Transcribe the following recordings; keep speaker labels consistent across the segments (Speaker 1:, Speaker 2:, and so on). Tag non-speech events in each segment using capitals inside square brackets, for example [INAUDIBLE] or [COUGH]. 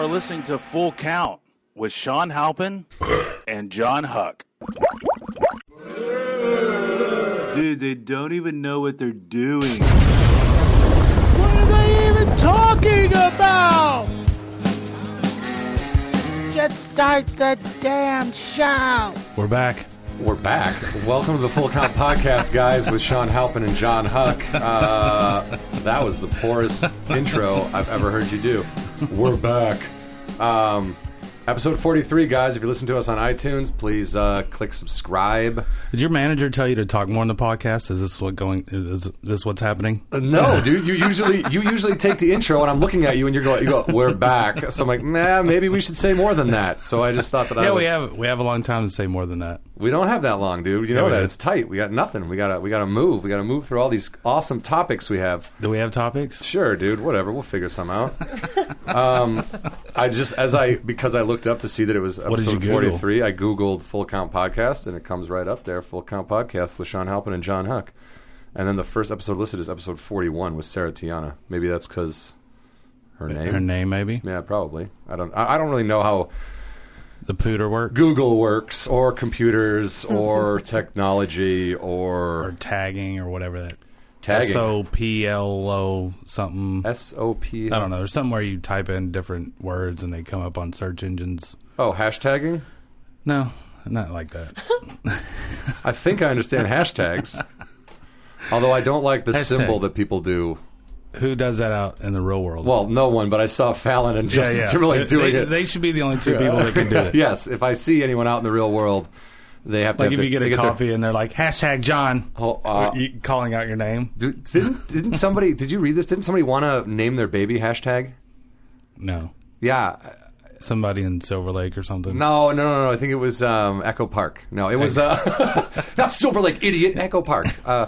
Speaker 1: listening to Full Count with Sean Halpin and John Huck. Dude, they don't even know what they're doing.
Speaker 2: What are they even talking about? Just start the damn show.
Speaker 3: We're back.
Speaker 4: We're back. Welcome to the Full Count Podcast, guys, with Sean Halpin and John Huck. Uh, that was the poorest intro I've ever heard you do. We're back. Um, episode 43, guys. If you listen to us on iTunes, please uh, click subscribe.
Speaker 3: Did your manager tell you to talk more on the podcast? Is this what going? Is this what's happening?
Speaker 4: Uh, No, dude, [LAUGHS] you usually you usually take the intro, and I'm looking at you, and you're going, you go, "We're back." So I'm like, "Nah, maybe we should say more than that." So I just thought that I
Speaker 3: Yeah,
Speaker 4: would-
Speaker 3: we have we have a long time to say more than that.
Speaker 4: We don't have that long, dude. You
Speaker 3: Yeah,
Speaker 4: know
Speaker 3: we
Speaker 4: that
Speaker 3: do.
Speaker 4: it's tight. We got nothing. We gotta we gotta move. We gotta move through all these awesome topics we have.
Speaker 3: Do we have topics?
Speaker 4: Sure, dude. Whatever. We'll figure some out. um, I just as I because I looked up to see that it was
Speaker 3: did you
Speaker 4: episode
Speaker 3: Google?
Speaker 4: forty three. I googled full count podcast and it comes right up there. Full count podcast with Sean Halpin and John Huck. And then the first episode listed is episode forty one with Sarah Tiana. Maybe that's because her name.
Speaker 3: Her name, maybe
Speaker 4: Yeah, probably. I don't. I I don't really know how
Speaker 3: the pooter work
Speaker 4: Google works, or computers, or
Speaker 3: [LAUGHS]
Speaker 4: technology,
Speaker 3: or
Speaker 4: or
Speaker 3: tagging or whatever that
Speaker 4: tagging.
Speaker 3: S O P L O something.
Speaker 4: S O P.
Speaker 3: I don't know. There's something where you type in different words and they come up on search engines.
Speaker 4: Oh, hashtagging.
Speaker 3: No, not like
Speaker 4: [LAUGHS]
Speaker 3: that.
Speaker 4: I think I understand hashtags. Although I don't like the
Speaker 3: Hashtag.
Speaker 4: symbol that people do.
Speaker 3: Who does that out in the real world?
Speaker 4: Well, no one, but I saw Fallon and
Speaker 3: Yeah,
Speaker 4: Justin
Speaker 3: yeah.
Speaker 4: Timberlake doing
Speaker 3: they,
Speaker 4: it.
Speaker 3: They should be the only two people that can do
Speaker 4: [LAUGHS]
Speaker 3: it.
Speaker 4: yes, if I see anyone out in the real world, they have to.
Speaker 3: Like if
Speaker 4: have to-
Speaker 3: you get
Speaker 4: they
Speaker 3: a
Speaker 4: their-
Speaker 3: coffee and they're like hashtag John,
Speaker 4: [LAUGHS] Oh, uh,
Speaker 3: you- calling out your name.
Speaker 4: do- didn't didn't somebody? Did you read this? Didn't somebody want to name their baby hashtag?
Speaker 3: No,
Speaker 4: Yeah,
Speaker 3: somebody in Silver Lake or something.
Speaker 4: No, no, no, no. I think it was um, Echo Park. No, it was uh, [LAUGHS] not Silver Lake, idiot. Echo Park. Uh,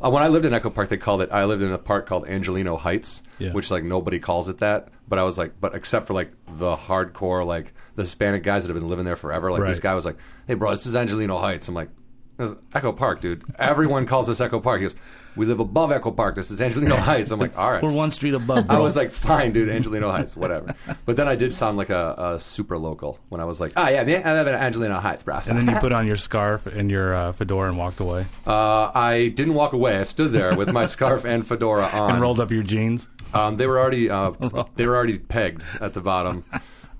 Speaker 4: uh, when I lived in Echo Park, they called it. I lived in a park called Angelino Heights,
Speaker 3: Yeah.
Speaker 4: which like nobody calls it that. But I was like, but except for like the hardcore, like the Hispanic guys that have been living there forever. Like this
Speaker 3: Right.
Speaker 4: guy was like, "Hey, bro, this is Angelino Heights." I'm like, this is "Echo Park, dude. Everyone calls this Echo Park." He goes, "We live above Echo Park. This is Angelino [LAUGHS] Heights." I'm like, "All right."
Speaker 3: We're one street above. Bro.
Speaker 4: I was like, fine, dude, Angelino Heights, whatever. But then I did sound like a, a super local when I was like, oh, yeah, man, I live in Angelino Heights, bro.
Speaker 3: and then you put on your scarf and your uh, fedora and walked away
Speaker 4: Uh, I didn't walk away. I stood there
Speaker 3: [LAUGHS]
Speaker 4: with my scarf and fedora on.
Speaker 3: and rolled up your jeans.
Speaker 4: Um, they were
Speaker 3: [LAUGHS]
Speaker 4: already uh, they were already pegged at the bottom.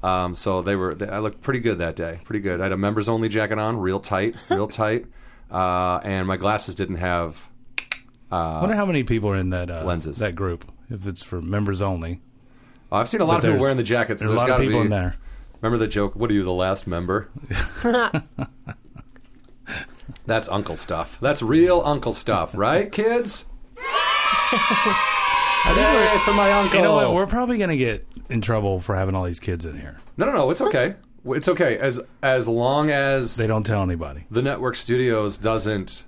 Speaker 4: Um, so they were. They, I looked pretty good that day. Pretty good. I had a members only jacket on, real
Speaker 3: [LAUGHS]
Speaker 4: tight, real tight. Uh, and my glasses didn't have.
Speaker 3: I wonder how many people are in that uh,
Speaker 4: Uh, lenses.
Speaker 3: that group. If it's for members only,
Speaker 4: Oh, I've seen a lot of people
Speaker 3: there's-
Speaker 4: wearing the jackets.
Speaker 3: there's a lot of
Speaker 4: gotta
Speaker 3: people
Speaker 4: be-
Speaker 3: in there.
Speaker 4: Remember the joke? What are you, the
Speaker 3: [LAUGHS]
Speaker 4: last member? That's uncle stuff. That's real uncle stuff, right,
Speaker 3: [LAUGHS]
Speaker 4: kids? Yay for my uncle.
Speaker 3: You know what? We're probably gonna get in trouble for having all these kids in here.
Speaker 4: no, no, no. It's okay. It's okay as as long as
Speaker 3: They don't tell anybody.
Speaker 4: the network studios doesn't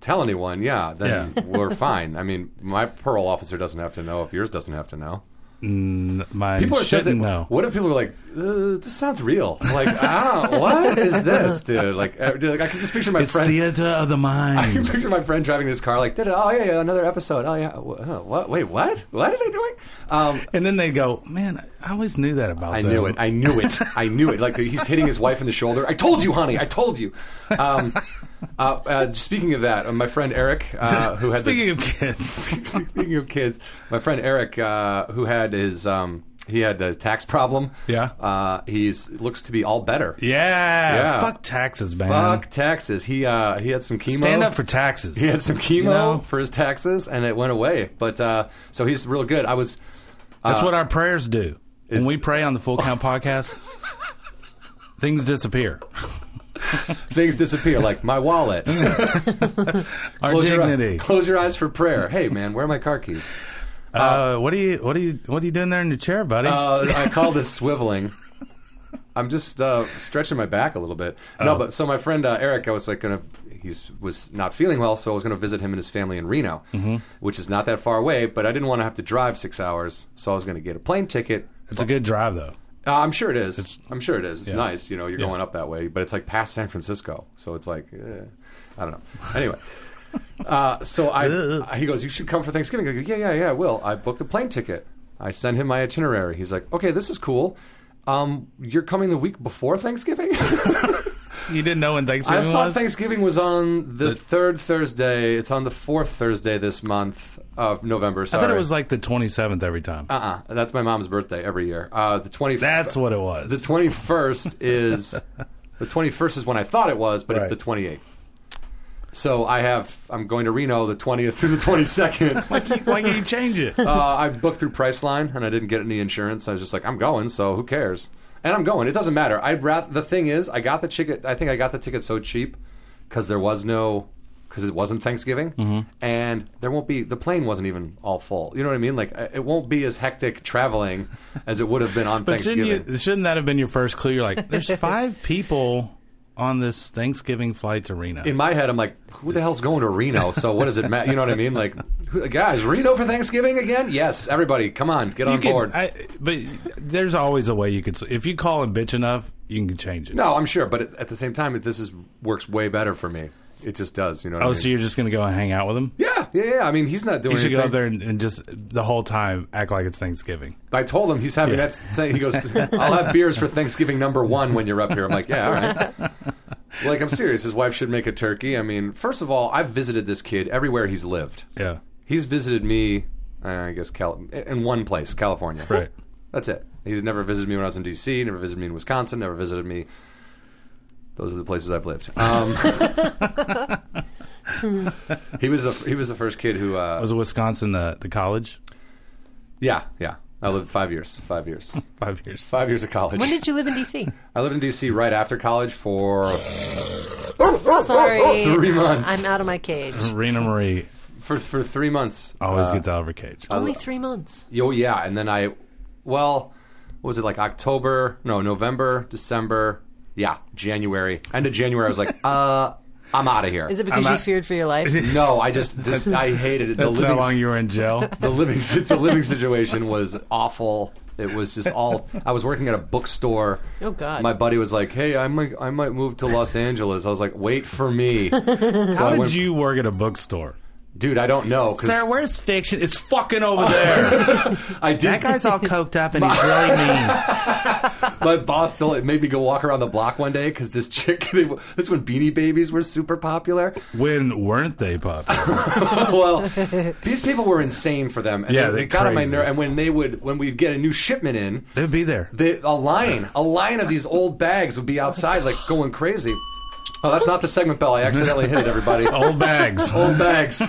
Speaker 4: tell anyone. Yeah, then we're fine. I mean, my parole officer doesn't have to know if yours doesn't have to know.
Speaker 3: Mine
Speaker 4: People are
Speaker 3: shouldn't
Speaker 4: that,
Speaker 3: know.
Speaker 4: What if people are like, uh, "This sounds real." Like, ah, what is this, dude? Like, uh, dude, like, I can just picture my
Speaker 3: It's
Speaker 4: friend.
Speaker 3: theater of the
Speaker 4: [LAUGHS] I can
Speaker 3: mind.
Speaker 4: picture my friend driving his car, like, "Did it? Oh yeah, yeah, another episode. Oh yeah, Wh- uh, what? Wait, what? What are they doing?" Um,
Speaker 3: and then they go, "Man, I always knew that about
Speaker 4: I
Speaker 3: them."
Speaker 4: knew it. I knew it. I knew it. Like he's hitting his wife in the shoulder. I told you, honey. I told you. Um, uh, uh, speaking of that, uh, my friend Eric, uh, who had the-
Speaker 3: Speaking of kids, [LAUGHS]
Speaker 4: Speaking of kids, my friend Eric, uh, who had his um, he had the tax problem.
Speaker 3: Yeah.
Speaker 4: uh, he's looks to be all better.
Speaker 3: yeah,
Speaker 4: Yeah.
Speaker 3: fuck taxes, man.
Speaker 4: Fuck taxes. He uh, he had some chemo.
Speaker 3: Stand up for taxes.
Speaker 4: [LAUGHS] He had some chemo
Speaker 3: know?
Speaker 4: for his taxes, and it went away. But uh, so he's real good. I was
Speaker 3: That's what our prayers do. When
Speaker 4: is-
Speaker 3: we pray on the Full [LAUGHS] Count podcast, things disappear.
Speaker 4: things disappear like
Speaker 3: [LAUGHS]
Speaker 4: my wallet.
Speaker 3: Our
Speaker 4: close
Speaker 3: dignity.
Speaker 4: Your, close your eyes for prayer. Hey man, where are my car keys?
Speaker 3: uh, what are you? What are you? What are you doing there in your chair, buddy?
Speaker 4: Uh, I call this swiveling. I'm just uh, stretching my back a little bit. No, but so my friend uh, Eric, I was like gonna. He's was not feeling well, so I was gonna visit him and his family in Reno, which is not that far away. But I didn't want to have to drive six hours, so I was gonna get a plane ticket.
Speaker 3: it's a good drive, though.
Speaker 4: Uh, I'm sure it is. I'm sure it is. It's
Speaker 3: Yeah.
Speaker 4: nice, you know. You're
Speaker 3: Yeah.
Speaker 4: going up that way, but it's like past San Francisco, so it's like, eh, I don't know.
Speaker 3: [LAUGHS]
Speaker 4: Anyway,
Speaker 3: Uh.
Speaker 4: uh, so I, he goes, "You should come for Thanksgiving." I go, "Yeah, yeah, yeah, I will." I booked a plane ticket. I send him my itinerary. He's like, okay, this is cool. Um, you're coming the week before
Speaker 3: [LAUGHS]
Speaker 4: Thanksgiving? [LAUGHS]
Speaker 3: You didn't know when
Speaker 4: I
Speaker 3: Thanksgiving
Speaker 4: thought
Speaker 3: was?
Speaker 4: Thanksgiving was on the, third Thursday. It's on the fourth Thursday this month of November.
Speaker 3: I
Speaker 4: Sorry.
Speaker 3: thought it was like the 27th every time.
Speaker 4: Uh-uh. That's my mom's birthday every year. Uh, the 20
Speaker 3: That's what it was.
Speaker 4: The 21st is the 21st is when I thought it was, but
Speaker 3: Right.
Speaker 4: it's the 28th. So I have I'm going to Reno the 20th through the 22nd.
Speaker 3: Why can't you change it?
Speaker 4: uh, I booked through Priceline and I didn't get any insurance. I was just like, I'm going, so who cares? And I'm going. It doesn't matter. I'd rather. The thing is, I got the ticket. I think I got the ticket so cheap because there was no because it wasn't Thanksgiving,
Speaker 3: Mm-hmm.
Speaker 4: and there won't be the plane wasn't even all full. You know what I mean? Like uh, it won't be as hectic traveling as it would have been
Speaker 3: [LAUGHS]
Speaker 4: on
Speaker 3: But
Speaker 4: Thanksgiving.
Speaker 3: shouldn't, you, shouldn't that have been your first clue? You're like, there's five people on this Thanksgiving flight to Reno.
Speaker 4: in my head, I'm like, who the hell's going to Reno? So what does it matter? You know what I mean? Like, who, guys, Reno for Thanksgiving again? Yes, everybody, come on, get on
Speaker 3: You could-
Speaker 4: board.
Speaker 3: I, but there's always a way you could. s- If you call it bitch enough, you can change it.
Speaker 4: no, I'm sure, but at, at the same time, it, this is works way better for me. It just does, you know. What I
Speaker 3: Oh,
Speaker 4: mean?
Speaker 3: so you're just gonna go and hang out with them?
Speaker 4: yeah, yeah, yeah. I mean, he's not doing
Speaker 3: You should
Speaker 4: anything.
Speaker 3: go up there and, and just the whole time act like it's Thanksgiving.
Speaker 4: I told him he's having that saying. He goes,
Speaker 3: [LAUGHS]
Speaker 4: "I'll have beers for Thanksgiving number one when you're up here." I'm like, "Yeah,
Speaker 3: [LAUGHS]
Speaker 4: all right." like, I'm serious. His wife should make a turkey. I mean, first of all, I've visited this kid everywhere he's lived.
Speaker 3: Yeah,
Speaker 4: He's visited me, uh, I guess, Cal- in one place, California.
Speaker 3: right.
Speaker 4: That's it. He never visited me when I was in D.C. Never visited me in Wisconsin. Never visited me. Those are the places I've lived.
Speaker 5: [LAUGHS]
Speaker 4: Um, he was the he was the first kid who. Uh,
Speaker 3: Was it Wisconsin the the college?
Speaker 4: yeah, yeah. I lived five years. Five years.
Speaker 3: Five years.
Speaker 4: Five years of college.
Speaker 5: When did you live in DC?
Speaker 4: I lived in D.C. right after college for [LAUGHS]
Speaker 5: Sorry,
Speaker 4: Three months.
Speaker 5: I'm out of my cage.
Speaker 3: Rena Marie
Speaker 4: for for three months.
Speaker 3: always
Speaker 4: Uh,
Speaker 3: gets Oliver Cage.
Speaker 5: Only three months.
Speaker 4: Oh yeah, and then I, well, what was it like October? No, November, December. Yeah, January. End of January, I was like, [LAUGHS] uh, I'm out of here.
Speaker 5: Is it because
Speaker 3: I'm
Speaker 5: you
Speaker 3: out-
Speaker 5: feared for your life?
Speaker 4: No,
Speaker 3: [LAUGHS]
Speaker 4: I just, just I hated it. The
Speaker 3: That's how
Speaker 4: living,
Speaker 3: long you were in
Speaker 4: [LAUGHS]
Speaker 3: jail.
Speaker 4: the living si- the living situation was awful. It was just all. I was working at a bookstore.
Speaker 5: Oh, God.
Speaker 4: My buddy was like, "Hey, I might I might move to Los Angeles." I was like, "Wait for
Speaker 5: [LAUGHS]
Speaker 4: me." So
Speaker 3: How
Speaker 4: I
Speaker 3: did
Speaker 4: went-
Speaker 3: you work at a bookstore?
Speaker 4: dude? I don't know because
Speaker 3: where's fiction? It's fucking over there.
Speaker 4: I did. [LAUGHS]
Speaker 3: all coked up and he's really mean.
Speaker 4: my boss still it made me go walk around the block one day because this chick. [LAUGHS] They, that's when Beanie Babies were super popular. [LAUGHS]
Speaker 3: When weren't they popular?
Speaker 4: well, these people were insane for them. And
Speaker 3: Yeah,
Speaker 4: they,
Speaker 3: they're
Speaker 4: it got on my
Speaker 3: crazy.
Speaker 4: nerve. And when they would, when we'd get a new shipment in,
Speaker 3: They'd be there.
Speaker 4: They, a line, a line of these old bags would be outside, like going crazy. Oh, that's not the segment bell. I accidentally hit it, everybody.
Speaker 3: Old
Speaker 4: [LAUGHS]
Speaker 3: bags.
Speaker 4: Old bags.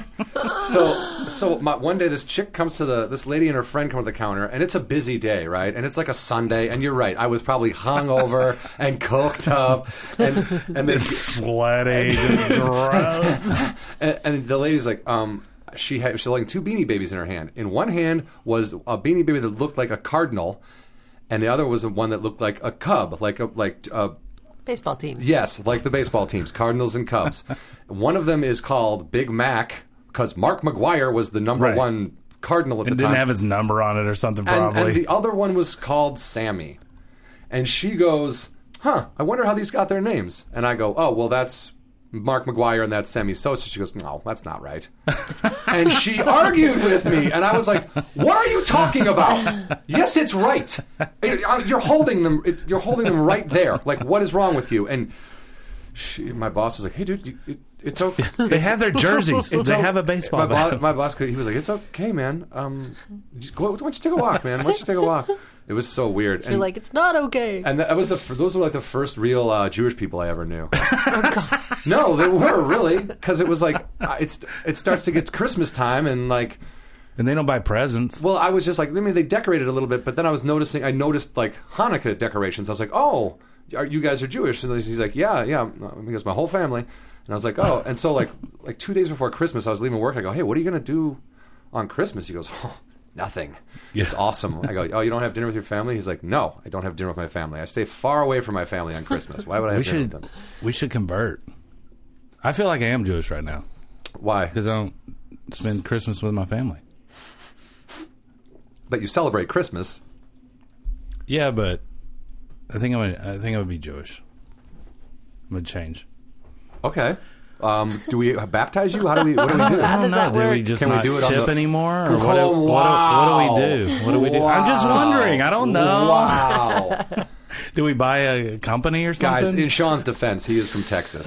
Speaker 4: So, so my, one day this chick comes to the this lady and her friend come to the counter, and it's a busy day, right? And it's like a Sunday, and you're right. I was probably hungover and coked up, and and this
Speaker 3: Sweaty, just gross.
Speaker 4: and, and the lady's like, um, she had she's holding two beanie babies in her hand. In one hand was a beanie baby that looked like a cardinal, and the other was the one that looked like a cub, like a like uh, a
Speaker 5: Baseball teams.
Speaker 4: yes, like the baseball teams, Cardinals
Speaker 3: [LAUGHS]
Speaker 4: and Cubs. one of them is called Big Mac because Mark McGuire was the number
Speaker 3: Right.
Speaker 4: one Cardinal at [LAUGHS] the
Speaker 3: It
Speaker 4: time
Speaker 3: didn't have his number on it or something,
Speaker 4: and,
Speaker 3: probably.
Speaker 4: and the other one was called Sammy. And she goes, Huh, I wonder how these got their names. And I go, Oh, well, that's Mark McGuire and that's Sammy Sosa. She goes, No, that's
Speaker 3: [LAUGHS]
Speaker 4: not right. and she argued with me. And I was like, What are you talking about? yes, it's right. It- uh, you're holding them. It, you're holding them right there. Like, what is wrong with you? And she, my boss was like, Hey, dude, you, it, it's okay.
Speaker 3: [LAUGHS] they have their
Speaker 4: [LAUGHS]
Speaker 3: jerseys.
Speaker 4: It's
Speaker 3: they
Speaker 4: o-
Speaker 3: have a baseball
Speaker 4: My,
Speaker 3: bat.
Speaker 4: boss, my boss, he was like, "It's okay, man. Um, just go, why don't you take a walk, man? Why don't you take a walk?" It was so weird. And,
Speaker 5: You're like, it's not okay.
Speaker 4: and that was the fir- those were like the first real uh, Jewish people I ever knew.
Speaker 5: [LAUGHS] Oh,
Speaker 4: No, they were really because it was like uh, it's it starts to get Christmas time and like
Speaker 3: and they don't buy presents.
Speaker 4: well, I was just like, I mean, they decorated a little bit, but then I was noticing, I noticed like Hanukkah decorations. I was like, oh, are, you guys are Jewish? And he's like, yeah, yeah, because my whole family. And I was like, oh, and so
Speaker 3: [LAUGHS]
Speaker 4: like like two days before Christmas, I was leaving work. I go, hey, what are you gonna do on Christmas? He goes, [LAUGHS] oh, nothing. It's awesome. I go, oh, you don't have dinner with your family? He's like, no, I don't have dinner with my family. I stay far away from my family on Christmas. Why would I
Speaker 3: We
Speaker 4: have dinner
Speaker 3: should
Speaker 4: with them?
Speaker 3: we should convert. I feel like I am Jewish right now
Speaker 4: Why?
Speaker 3: because I don't spend Christmas with my family.
Speaker 4: But you celebrate Christmas.
Speaker 3: Yeah, but I think I would. I think I would be Jewish. I'm gonna change.
Speaker 4: Okay. Um, do we baptize you? How do we? What do we
Speaker 3: [LAUGHS]
Speaker 4: do?
Speaker 3: I don't
Speaker 5: does
Speaker 3: know.
Speaker 5: that
Speaker 3: Did we
Speaker 5: work?
Speaker 3: just
Speaker 4: Can we
Speaker 3: not
Speaker 4: do it on
Speaker 3: tip
Speaker 4: the-
Speaker 3: anymore? Or
Speaker 4: Oh,
Speaker 3: what, do- what, do- what do we do? What do we do? I'm just
Speaker 4: Wow.
Speaker 3: wondering. I don't know. [LAUGHS]
Speaker 4: Wow.
Speaker 3: Do we buy a company or something?
Speaker 4: Guys, in Sean's defense, he is
Speaker 3: [LAUGHS]
Speaker 4: from Texas.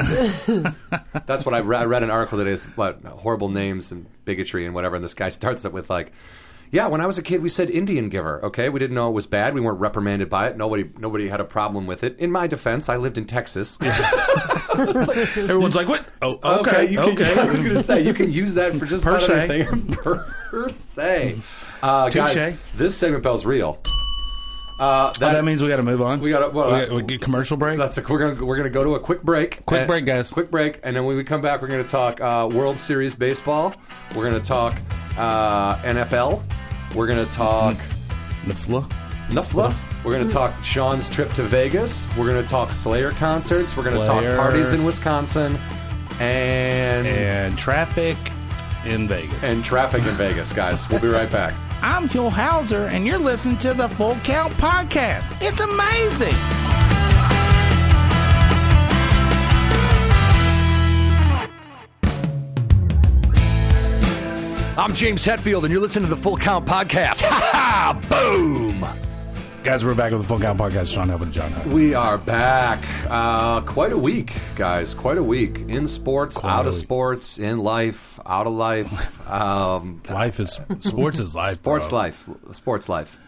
Speaker 4: That's what I read. I read an article today. is What horrible names and bigotry and whatever. And this guy [LAUGHS] starts it with like, "Yeah, when I was a kid, we said Indian giver. Okay, we didn't know it was bad. We weren't reprimanded by it. Nobody, nobody had a problem with it. In my defense, I lived in Texas.
Speaker 3: Everyone's like, "What? Oh, okay, okay."
Speaker 4: you can, [LAUGHS] I was going to say you can use that for just
Speaker 3: Per
Speaker 4: about
Speaker 3: se.
Speaker 4: anything. [LAUGHS] per se, uh, guys,
Speaker 3: Touche.
Speaker 4: this segment bell's real. Uh,
Speaker 3: Oh, that means we got to move on.
Speaker 4: We gotta- well,
Speaker 3: we
Speaker 4: I-
Speaker 3: got we get commercial break.
Speaker 4: That's a, we're gonna we're gonna go to a quick break.
Speaker 3: Quick
Speaker 4: And-
Speaker 3: break, guys.
Speaker 4: Quick break, and then when we come back, we're gonna talk uh, World Series baseball. We're gonna talk uh, NFL. We're gonna talk
Speaker 3: The flu-
Speaker 4: enough love. We're gonna talk Sean's trip to Vegas. We're gonna talk Slayer concerts. We're gonna
Speaker 3: Slayer.
Speaker 4: talk parties in Wisconsin, and and,
Speaker 3: and traffic in Vegas.
Speaker 4: traffic in Vegas, guys. We'll be right back.
Speaker 2: I'm Joel Hauser, and you're listening to the Full Count Podcast. It's amazing.
Speaker 4: I'm James Hetfield, and you're listening to the Full Count Podcast. Ha ha! Boom.
Speaker 3: guys, we're back with the Full Count Podcast. Sean Help and John Hunt.
Speaker 4: We are back. Uh, quite a week, guys. Quite a week in sports,
Speaker 3: Quite
Speaker 4: out
Speaker 3: a
Speaker 4: of
Speaker 3: week.
Speaker 4: sports, in life, out
Speaker 3: [LAUGHS]
Speaker 4: of life. Um,
Speaker 3: Life is sports is life.
Speaker 4: sports
Speaker 3: bro.
Speaker 4: life, sports life,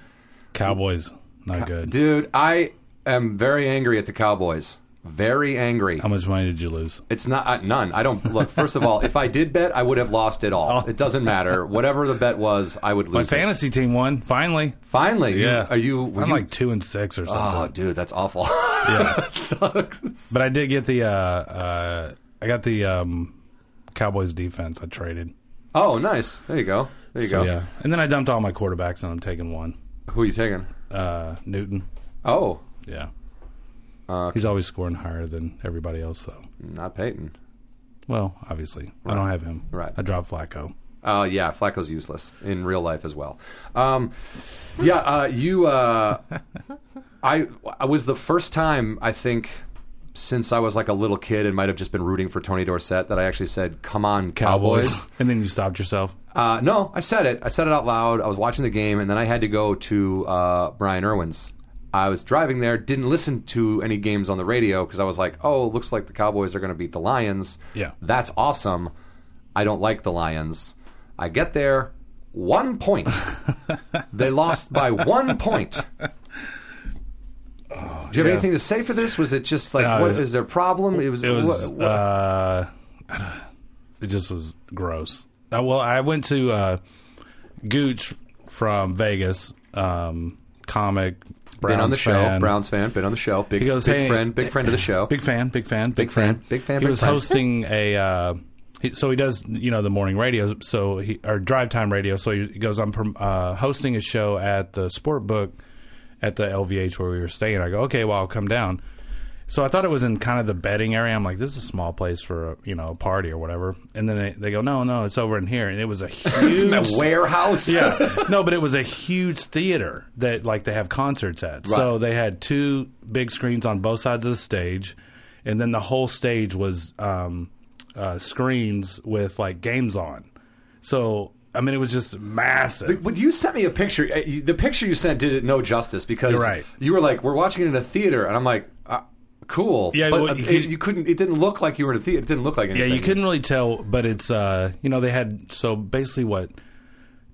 Speaker 3: Cowboys not good.
Speaker 4: dude. I am very angry at the Cowboys. Very angry.
Speaker 3: How much money did you lose?
Speaker 4: It's not uh, none. I don't look. First of all, if I did bet, I would have lost it all.
Speaker 3: Oh.
Speaker 4: It doesn't matter. Whatever the bet was, I would lose.
Speaker 3: My
Speaker 4: it.
Speaker 3: fantasy team won finally.
Speaker 4: Finally, you-
Speaker 3: Yeah.
Speaker 4: Are you? were
Speaker 3: I'm
Speaker 4: you-
Speaker 3: like two and six or something.
Speaker 4: Oh, dude, that's awful. [LAUGHS] Yeah, sucks.
Speaker 3: But I did get the uh, uh, I got the um, Cowboys defense. I traded.
Speaker 4: Oh, nice. There you go. There you
Speaker 3: So
Speaker 4: go.
Speaker 3: yeah, and then I dumped all my quarterbacks and I'm taking one.
Speaker 4: Who are you taking?
Speaker 3: Uh, Newton.
Speaker 4: Oh,
Speaker 3: Yeah. He's always scoring higher than everybody else, though.
Speaker 4: Not Peyton.
Speaker 3: Well, obviously, I don't have him.
Speaker 4: Right.
Speaker 3: I dropped Flacco.
Speaker 4: Uh, yeah, Flacco's useless in real life as well. Um, yeah, uh, you. Uh, I I was the first time I think since I was like a little kid and might have just been rooting for Tony Dorsett that I actually said, "Come on, Cowboys."
Speaker 3: [LAUGHS] and then you stopped yourself.
Speaker 4: Uh, no, I said it. I said it out loud. I was watching the game, and then I had to go to uh, Brian Irwin's. I was driving there, didn't listen to any games on the radio because I was like, "Oh, looks like the Cowboys are going to beat the Lions."
Speaker 3: Yeah.
Speaker 4: that's awesome. I don't like the Lions. I get there,
Speaker 3: [LAUGHS]
Speaker 4: one point. they lost by one point. Do you have
Speaker 3: Oh, yeah.
Speaker 4: anything to say for this? Was it just like,
Speaker 3: No, it
Speaker 4: what
Speaker 3: was-
Speaker 4: is their problem? It was.
Speaker 3: It was.
Speaker 4: what- what-
Speaker 3: Uh, it just was gross. Uh, well, I went to uh, Gooch from Vegas, um, comic. Browns
Speaker 4: been on the show,
Speaker 3: fan.
Speaker 4: Browns fan. Been on the show, big,
Speaker 3: He goes,
Speaker 4: big
Speaker 3: "Hey,
Speaker 4: friend, big
Speaker 3: [LAUGHS]
Speaker 4: friend of the show.
Speaker 3: Big fan, big fan, big,
Speaker 4: fan, big fan,
Speaker 3: He
Speaker 4: big
Speaker 3: was
Speaker 4: fan.
Speaker 3: hosting a. Uh, he, so he does, you know, the morning radio, so he or drive time radio. So he goes, I'm prom- uh, hosting a show at the sport book at the LVH where we were staying. I go, okay, well, I'll come down. So I thought it was in kind of the betting area. I'm like, this is a small place for a, you know a party or whatever. And then they, they go, no, no, it's over in here. And it
Speaker 4: [LAUGHS]
Speaker 3: was a huge
Speaker 4: A warehouse.
Speaker 3: yeah. [LAUGHS] No, but it was a huge theater that like they have concerts at. So
Speaker 4: Right.
Speaker 3: they had two big screens on both sides of the stage, and then the whole stage was um, uh, screens with like games on. So I mean, it was just massive.
Speaker 4: [LAUGHS] Would you sent me a picture? uh, you- The picture you sent did it no justice because
Speaker 3: You're right.
Speaker 4: you were like, "We're watching it in a theater," and I'm like, uh, "Cool."
Speaker 3: Yeah,
Speaker 4: but
Speaker 3: well,
Speaker 4: uh,
Speaker 3: you-
Speaker 4: it, you couldn't. It didn't look like you were in a theater. It didn't look like
Speaker 3: Yeah,
Speaker 4: anything.
Speaker 3: you couldn't really tell, but it's uh, you know they had so basically what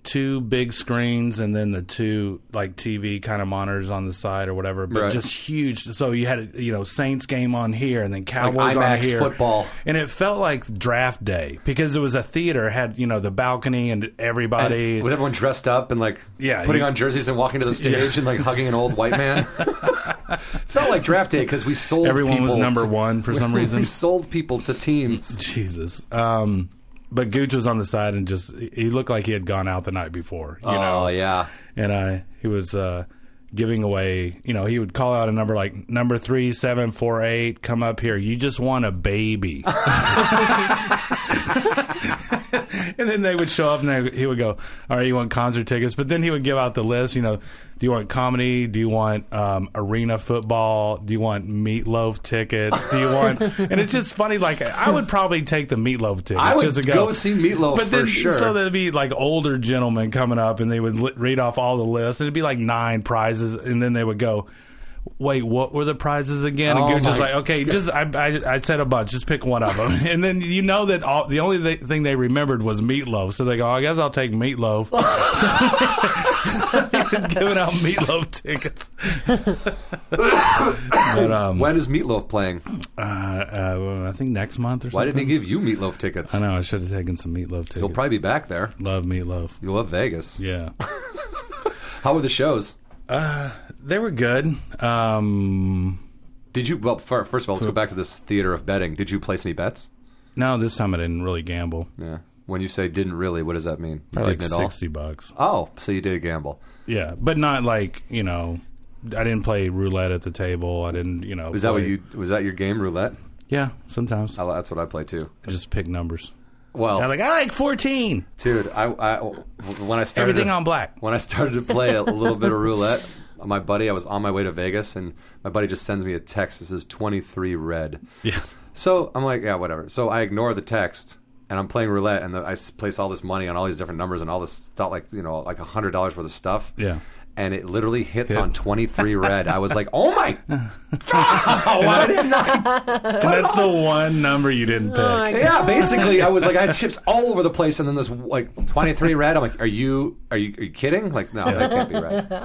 Speaker 3: two big screens and then the two like TV kind of monitors on the side or whatever, but
Speaker 4: Right.
Speaker 3: just huge. So you had you know Saints game on here and then Cowboys on
Speaker 4: IMAX
Speaker 3: here,
Speaker 4: football.
Speaker 3: and it felt like draft day because it was a theater had you know the balcony and everybody.
Speaker 4: And Was everyone dressed up and like
Speaker 3: Yeah,
Speaker 4: putting
Speaker 3: you-
Speaker 4: on jerseys and walking to
Speaker 3: [LAUGHS]
Speaker 4: the stage and like hugging an old white man? [LAUGHS] Felt like draft day because we sold
Speaker 3: Everyone was
Speaker 4: people
Speaker 3: number
Speaker 4: to-
Speaker 3: one for
Speaker 4: [LAUGHS]
Speaker 3: some reason.
Speaker 4: We sold people to teams.
Speaker 3: Jesus. Um, but Gooch was on the side and just he looked like he had gone out the night before. [LAUGHS] You know,
Speaker 4: Oh yeah,
Speaker 3: and uh, he was uh, giving away. You know, he would call out a number like number three seven four
Speaker 4: [LAUGHS]
Speaker 3: eight. Come up here. You just want a baby. and then they would show up, and they, he would go, "All right, you want concert tickets?" But then he would give out the list. You know, do you want comedy? Do you want um, arena football? Do you want meatloaf tickets? Do you
Speaker 4: [LAUGHS]
Speaker 3: want? and it's just funny. Like I would probably take the meatloaf tickets.
Speaker 4: I would
Speaker 3: just to
Speaker 4: go see Meatloaf
Speaker 3: but
Speaker 4: for
Speaker 3: then,
Speaker 4: sure.
Speaker 3: So there'd be like older gentlemen coming up, and they would li- read off all the lists. It'd be like nine prizes, and then they would go. Wait, what were the prizes again?
Speaker 4: Oh
Speaker 3: and Gooch
Speaker 4: my
Speaker 3: is like, okay, just I, I, I said a bunch. Just pick one of them, [LAUGHS] and then you know that all, the only th- thing they remembered was meatloaf. So they go, I guess I'll take meatloaf. [LAUGHS] So giving out meatloaf tickets. [LAUGHS] but um,
Speaker 4: When is Meatloaf playing?
Speaker 3: uh, uh, I think next month or something.
Speaker 4: Why didn't he give you Meatloaf tickets?
Speaker 3: I know I should have taken some meatloaf tickets.
Speaker 4: He'll probably be back there.
Speaker 3: love meatloaf.
Speaker 4: You love Vegas.
Speaker 3: Yeah.
Speaker 4: How were the shows?
Speaker 3: They were good. Um,
Speaker 4: Did you? Well, fir- first of all, let's go back to this theater of betting. Did you place any bets?
Speaker 3: no, this time I didn't really gamble.
Speaker 4: Yeah. When you say didn't really, what does that mean? You
Speaker 3: Probably like
Speaker 4: didn't at all.
Speaker 3: sixty bucks.
Speaker 4: Oh, so you did gamble.
Speaker 3: Yeah, but not like you know. I didn't play roulette at the table. I didn't, you know.
Speaker 4: Was that what
Speaker 3: play-
Speaker 4: you? Was that your game roulette?
Speaker 3: Yeah, sometimes I
Speaker 4: I, that's what I play too.
Speaker 3: just pick numbers.
Speaker 4: Well,
Speaker 3: I'm like, I like fourteen.
Speaker 4: dude, I, I when I started
Speaker 3: Everything on black.
Speaker 4: when I started to play a little bit of
Speaker 3: [LAUGHS]
Speaker 4: roulette, my buddy, I was on my way to Vegas, and my buddy just sends me a text. This is 23 red.
Speaker 3: Yeah.
Speaker 4: So I'm like, yeah, whatever. So I ignore the text, and I'm playing roulette, and the, I s- place all this money on all these different numbers and all this stuff, like you know, like hundred dollars worth of stuff.
Speaker 3: Yeah.
Speaker 4: And it literally hits on 23 red. I was like, oh
Speaker 3: [LAUGHS]
Speaker 4: my god, why didn't Oh, I
Speaker 3: And that's the one number you didn't
Speaker 5: Oh
Speaker 3: pick.
Speaker 4: yeah, basically, I was like, I had chips all over the place, and then this like twenty three red. I'm like, are you are you are you kidding? Like, no, that can't be
Speaker 3: [LAUGHS]
Speaker 4: right.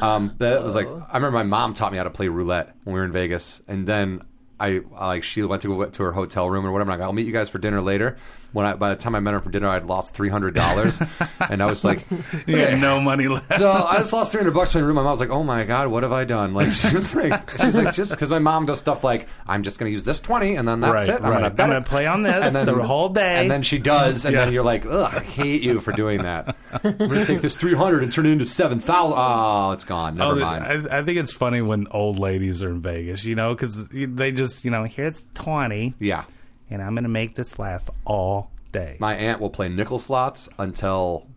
Speaker 4: Um, that was like, I remember my mom taught me how to play roulette when we were in Vegas, and then I, I like she went to go to her hotel room or whatever. And I go, I'll meet you guys for dinner later. When I by the time I met her for dinner, I'd lost three
Speaker 3: [LAUGHS]
Speaker 4: hundred dollars, and I was like,
Speaker 3: You had no money left.
Speaker 4: so I just lost 300 bucks playing room. My mom's like, "Oh my god, what have I done?" Like she's like, she's like, just because my mom does stuff like, "I'm just going to use this 20 and then that's
Speaker 3: Right,
Speaker 4: it. I'm
Speaker 3: right.
Speaker 4: going to
Speaker 3: I'm gonna play on this the whole day.
Speaker 4: and then she does, and
Speaker 3: Yeah.
Speaker 4: then you're like, "Ugh, I hate you for doing that." I'm going to take this 300 and turn it into 7,000. Oh, it's gone. Never
Speaker 3: Oh,
Speaker 4: mind.
Speaker 3: I, I think it's funny when old ladies are in Vegas, you know, because they just, you know, here's twenty,
Speaker 4: yeah,
Speaker 2: And I'm going to make this last all day.
Speaker 4: my aunt will play nickel slots until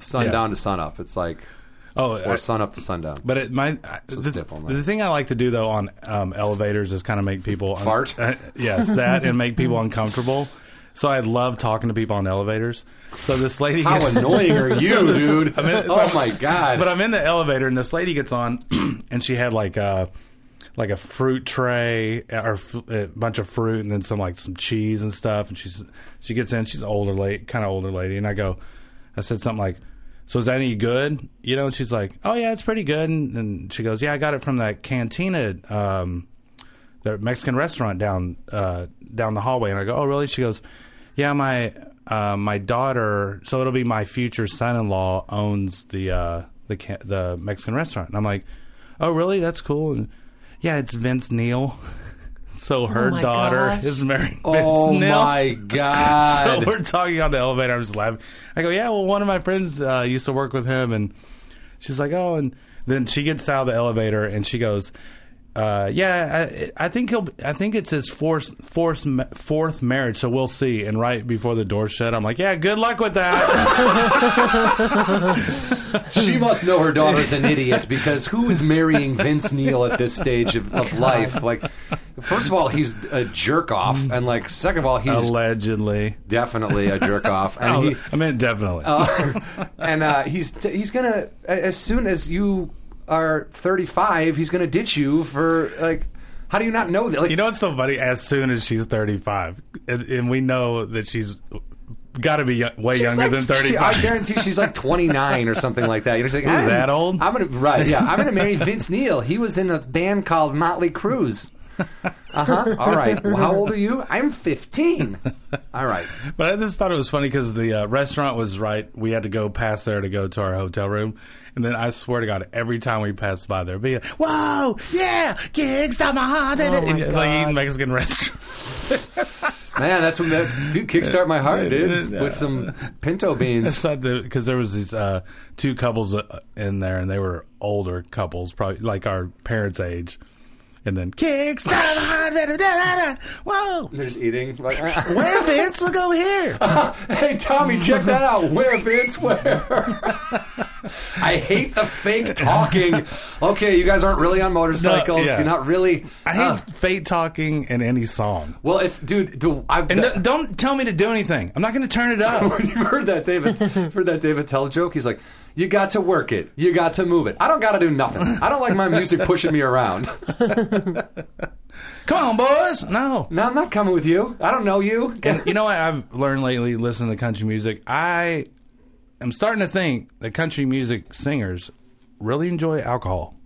Speaker 4: sundown
Speaker 3: Yeah.
Speaker 4: to sunup. It's like
Speaker 3: oh,
Speaker 4: or
Speaker 3: I-
Speaker 4: sunup to sundown.
Speaker 3: But it, my I- the,
Speaker 4: stiff on that.
Speaker 3: the thing I like to do though on um, elevators is kind of make people un-
Speaker 4: Fart?
Speaker 3: Uh, yes, that and make people uncomfortable. So I love talking to people on elevators. So this lady, [LAUGHS]
Speaker 4: How annoying are you,
Speaker 3: So this-
Speaker 4: dude?
Speaker 3: I mean,
Speaker 4: oh my god.
Speaker 3: but I'm in the elevator and this lady gets on, [CLEARS THROAT] and she had like a like a fruit tray uh, or f- a bunch of fruit and then some like some cheese and stuff. And she's she gets in, she's an older lady, kind of older lady, and I go, I said something like. So is that any good? You know, and she's like, "Oh yeah, it's pretty good." And, and she goes, "Yeah, I got it from that cantina um, the Mexican restaurant down uh, down the hallway, and I go, "Oh, really?" She goes, "Yeah, my uh, my daughter, so it'll be my future son-in-law owns the uh, the ca- the Mexican restaurant." And I'm like, "Oh, really? That's cool." And yeah, it's Vince Neal. [LAUGHS] so her
Speaker 5: Oh my
Speaker 3: daughter
Speaker 5: gosh.
Speaker 3: is marrying
Speaker 4: oh
Speaker 3: Vince Neal.
Speaker 4: my god.
Speaker 3: [LAUGHS] So we're talking on the elevator. I'm just laughing. I go, yeah. Well, one of my friends uh, used to work with him, and she's like, oh. And then she gets out of the elevator, and she goes, uh, yeah. I, I think he'll. I think it's his fourth, fourth, ma- fourth marriage. So we'll see. And right before the door shut, I'm like, yeah. Good luck with
Speaker 4: [LAUGHS]
Speaker 3: that.
Speaker 4: She must know her
Speaker 3: [LAUGHS]
Speaker 4: daughter's an idiot because who is marrying Vince Neal at this stage of, of life? Like, first of all, he's a jerk off, and like, second of all, he's
Speaker 3: Allegedly.
Speaker 4: definitely
Speaker 3: [LAUGHS]
Speaker 4: a jerk off, and
Speaker 3: Oh,
Speaker 4: he
Speaker 3: I mean, definitely.
Speaker 4: and uh, [LAUGHS] he's he's gonna as soon as you are thirty five, he's gonna ditch you for like. How do you not know that? Like,
Speaker 3: you know what's so funny? As soon as she's 35, and, and we know that she's got to be yo- way
Speaker 4: She's
Speaker 3: younger
Speaker 4: like-
Speaker 3: than 35.
Speaker 4: she- I guarantee
Speaker 3: [LAUGHS]
Speaker 4: she's like 29 or something like that. You're just like, I'm-
Speaker 3: that old?
Speaker 4: I'm gonna right, yeah. I'm
Speaker 3: [LAUGHS]
Speaker 4: gonna marry Vince Neil. He was in a band called Motley Cruz. Uh huh. All right. Well, how old are you? I'm 15. All right.
Speaker 3: But I just thought it was funny because the uh, restaurant was right. We had to go past there to go to our hotel room, and then I swear to God, every time we passed by there, be like, "Whoa, yeah, gigs, I'm hot,"
Speaker 5: Oh my
Speaker 3: and, like eating
Speaker 5: God.
Speaker 3: Mexican [LAUGHS] restaurant.
Speaker 4: Man, that's when that dude kickstart my heart, dude, with some pinto beans.
Speaker 3: because there was these uh, two couples uh, in there, and they were older couples, probably like our parents' age. and then kicks. Whoa!
Speaker 4: They're just eating. Like,
Speaker 3: [LAUGHS]
Speaker 2: Where, Vince? Look over here.
Speaker 4: hey, Tommy, check that [LAUGHS] out. Where, Vince? Where? [LAUGHS] I hate the fake talking. Okay, you guys aren't really on motorcycles.
Speaker 3: yeah.
Speaker 4: You're not really.
Speaker 3: I
Speaker 4: uh,
Speaker 3: hate fate talking in any song.
Speaker 4: well, it's dude. The, I've
Speaker 3: And th- don't tell me to do anything. I'm not going to turn it up.
Speaker 4: [LAUGHS] you heard that David heard that David Tell joke. He's like, "You got to work it. You got to move it. I don't got to do nothing. I don't like my music pushing me [LAUGHS] around.
Speaker 3: Come on, boys. No.
Speaker 4: No, I'm not coming with you. I don't know you.
Speaker 3: And you know what I've learned lately listening to country music? I am starting to think that country music singers really enjoy alcohol.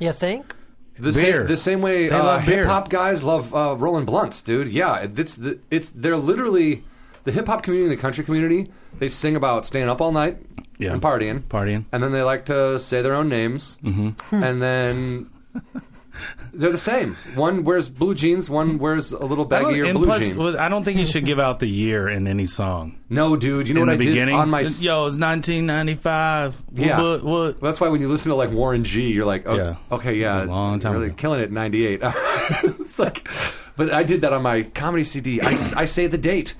Speaker 5: You think?
Speaker 4: The
Speaker 3: Beer.
Speaker 4: same the same way
Speaker 3: They
Speaker 4: uh,
Speaker 3: love beer.
Speaker 4: hip hop guys love uh, rolling blunts, dude. Yeah, it's the, it's they're literally the hip hop community, and the country community. They sing about staying up all night
Speaker 3: Yeah.
Speaker 4: and partying,
Speaker 3: Partying.
Speaker 4: and then they like to say their own names, mm-hmm. and
Speaker 3: [LAUGHS]
Speaker 4: then. They're the same. One wears blue jeans, one wears a little
Speaker 3: I don't-
Speaker 4: baggier
Speaker 3: and
Speaker 4: blue
Speaker 3: plus,
Speaker 4: jean.
Speaker 3: well, I don't think you should give out the year in any song.
Speaker 4: No, dude. You know
Speaker 3: in
Speaker 4: what
Speaker 3: the
Speaker 4: I
Speaker 3: beginning,
Speaker 4: did on my.
Speaker 3: yo, it's 1995. What-
Speaker 4: Yeah.
Speaker 3: What, what-
Speaker 4: Well, that's why when you listen to like Warren G, you're like, oh,
Speaker 3: Yeah.
Speaker 4: okay, yeah,
Speaker 3: It was a long time
Speaker 4: really
Speaker 3: ago.
Speaker 4: killing it, in '98. [LAUGHS] it's like, but I did that on my comedy CD. I, s- I say the date.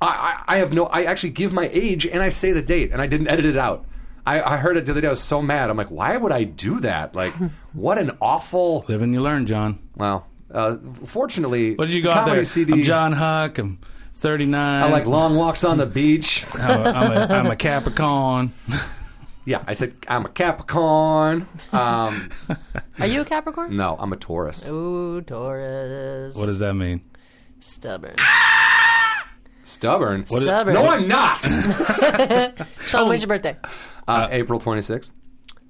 Speaker 4: I, I I have no. I actually give my age and I say the date, and I didn't edit it out. I, I heard it the other day. I was so mad. I'm like, why would I do
Speaker 3: [LAUGHS]
Speaker 4: that? Like, what an awful.
Speaker 3: Live and you learn, John.
Speaker 4: Wow. Uh, fortunately,
Speaker 3: What did you go
Speaker 4: the
Speaker 3: out
Speaker 4: comedy
Speaker 3: there?
Speaker 4: CD.
Speaker 3: I'm John Huck. I'm 39.
Speaker 4: I like long walks on the
Speaker 3: [LAUGHS]
Speaker 4: beach.
Speaker 3: I'm a, I'm a, I'm a Capricorn.
Speaker 4: Yeah, I said I'm a Capricorn. Um,
Speaker 5: Are you a
Speaker 4: [LAUGHS]
Speaker 5: Capricorn?
Speaker 4: no, I'm a Taurus.
Speaker 5: Ooh, Taurus.
Speaker 3: What does that mean?
Speaker 5: Stubborn.
Speaker 4: Stubborn.
Speaker 3: is-
Speaker 5: Stubborn.
Speaker 4: No, I'm not.
Speaker 5: Sean, when's your birthday?
Speaker 4: Uh, April 26th.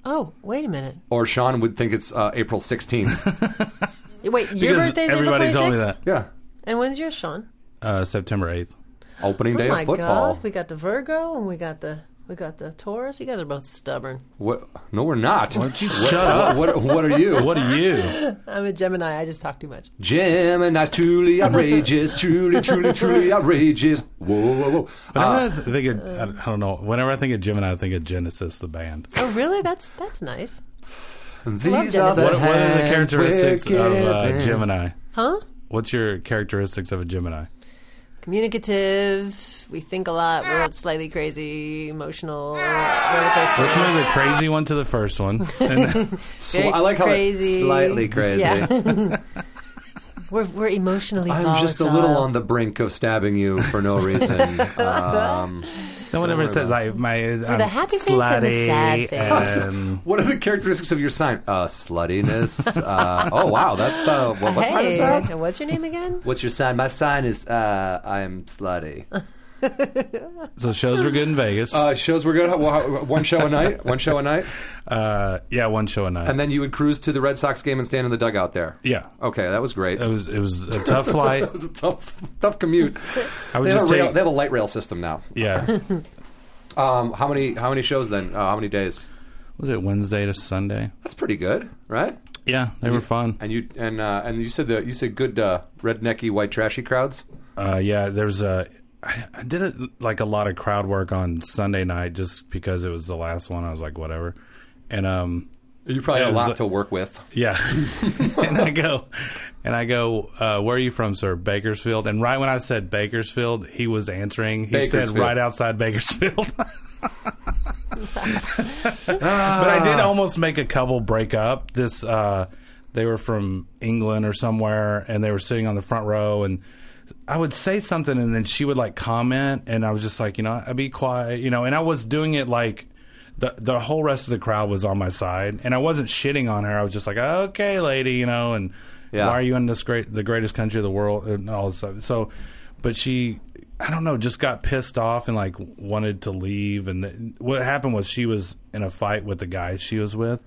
Speaker 5: Oh, wait a minute.
Speaker 4: Or Sean would think it's uh,
Speaker 3: [LAUGHS]
Speaker 4: April 16th.
Speaker 5: Wait, your
Speaker 3: Because
Speaker 5: birthday's April
Speaker 3: everybody
Speaker 5: 26th?
Speaker 3: told me that.
Speaker 4: yeah.
Speaker 5: And when's yours, Sean?
Speaker 3: Uh, September 8th.
Speaker 4: Opening day
Speaker 5: oh my
Speaker 4: of football.
Speaker 5: God, we got the Virgo and we got the we got the Taurus. You guys are both stubborn.
Speaker 4: What? No, we're not.
Speaker 3: Why don't you shut up?
Speaker 4: What, what are you?
Speaker 3: What are you?
Speaker 5: I'm a Gemini. I just talk too much.
Speaker 4: Jim and
Speaker 3: [LAUGHS]
Speaker 4: that's truly outrageous. Truly, truly, truly outrageous. Whoa, whoa, whoa.
Speaker 3: Whenever
Speaker 4: Uh,
Speaker 3: I th- think of, I don't know. Whenever I think of Gemini, I think of Genesis, the band.
Speaker 5: Oh, really? That's that's nice,
Speaker 4: these
Speaker 5: Genesis.
Speaker 4: are the
Speaker 5: What-
Speaker 3: What, what are the
Speaker 4: hands
Speaker 3: characteristics
Speaker 4: we're
Speaker 3: of uh,
Speaker 4: given.
Speaker 3: Gemini?
Speaker 5: huh?
Speaker 3: What's your characteristics of a Gemini?
Speaker 5: Communicative. We think a lot. We're slightly crazy, emotional. roller coaster.
Speaker 3: Let's move the crazy one to the first
Speaker 5: [LAUGHS]
Speaker 3: one. And then-
Speaker 4: Sli-
Speaker 5: Very
Speaker 4: I like how
Speaker 5: crazy.
Speaker 4: it's slightly crazy. [LAUGHS]
Speaker 5: Yeah. [LAUGHS] we're we're emotionally volatile.
Speaker 4: I'm just a little on the brink of stabbing you for
Speaker 5: [LAUGHS]
Speaker 4: no reason. um,
Speaker 3: then whenever it says like my I'm
Speaker 5: the happy face and the sad
Speaker 3: slutty
Speaker 5: face.
Speaker 3: and-
Speaker 4: What are the characteristics of your sign? Uh, sluttiness. uh, oh wow, that's uh, what, what sign
Speaker 5: Hey,
Speaker 4: is that?
Speaker 5: so what's your
Speaker 4: [LAUGHS]
Speaker 5: name again?
Speaker 4: What's your sign? My sign is uh, I'm slutty.
Speaker 3: [LAUGHS] so shows were good in Vegas. Uh,
Speaker 4: [LAUGHS] Uh, shows were good. How- how- One show a night. One show a night,
Speaker 3: Uh, yeah, one show a night.
Speaker 4: and Oh. then you would cruise to the Red Sox game and stand in the dugout there.
Speaker 3: yeah,
Speaker 4: Okay, that was great.
Speaker 3: it was it was a tough flight.
Speaker 4: [LAUGHS] It was a tough, tough commute.
Speaker 3: I would
Speaker 4: They have,
Speaker 3: just
Speaker 4: a rail,
Speaker 3: take-
Speaker 4: they have a light rail system now. [LAUGHS]
Speaker 3: yeah.
Speaker 4: Um, how many? How many shows then? Uh, how many days?
Speaker 3: Was it Wednesday to Sunday?
Speaker 4: That's pretty good, right?
Speaker 3: Yeah, they were fun.
Speaker 4: And you and uh, and you said the you said good uh, rednecky white trashy crowds.
Speaker 3: Uh, yeah, there's a. I I did it like a lot of crowd work on Sunday night just because it was the last one. I was like, whatever, and um,
Speaker 4: You probably
Speaker 3: Yeah,
Speaker 4: had
Speaker 3: it was
Speaker 4: a lot
Speaker 3: like-
Speaker 4: to work with.
Speaker 3: yeah, [LAUGHS] and I go, and I go, uh, where are you from, sir? Bakersfield. And right when I said Bakersfield, he was answering. He said
Speaker 4: Bakersfield.
Speaker 3: right outside Bakersfield. but I did almost make a couple break up. This uh, they were from England or somewhere, and they were sitting on the front row, and I would say something, and then she would like comment, and I was just like, you know, I'd be quiet, you know, and I was doing it like. The, the whole rest of the crowd was on my side, and I wasn't shitting on her. I was just like, "Okay, lady," you know, and
Speaker 4: Yeah.
Speaker 3: why are you in this great, the greatest country of the world, and all this stuff. So, but she, I don't know, just got pissed off and like wanted to leave. And th- what happened was she was in a fight with the guy she was with.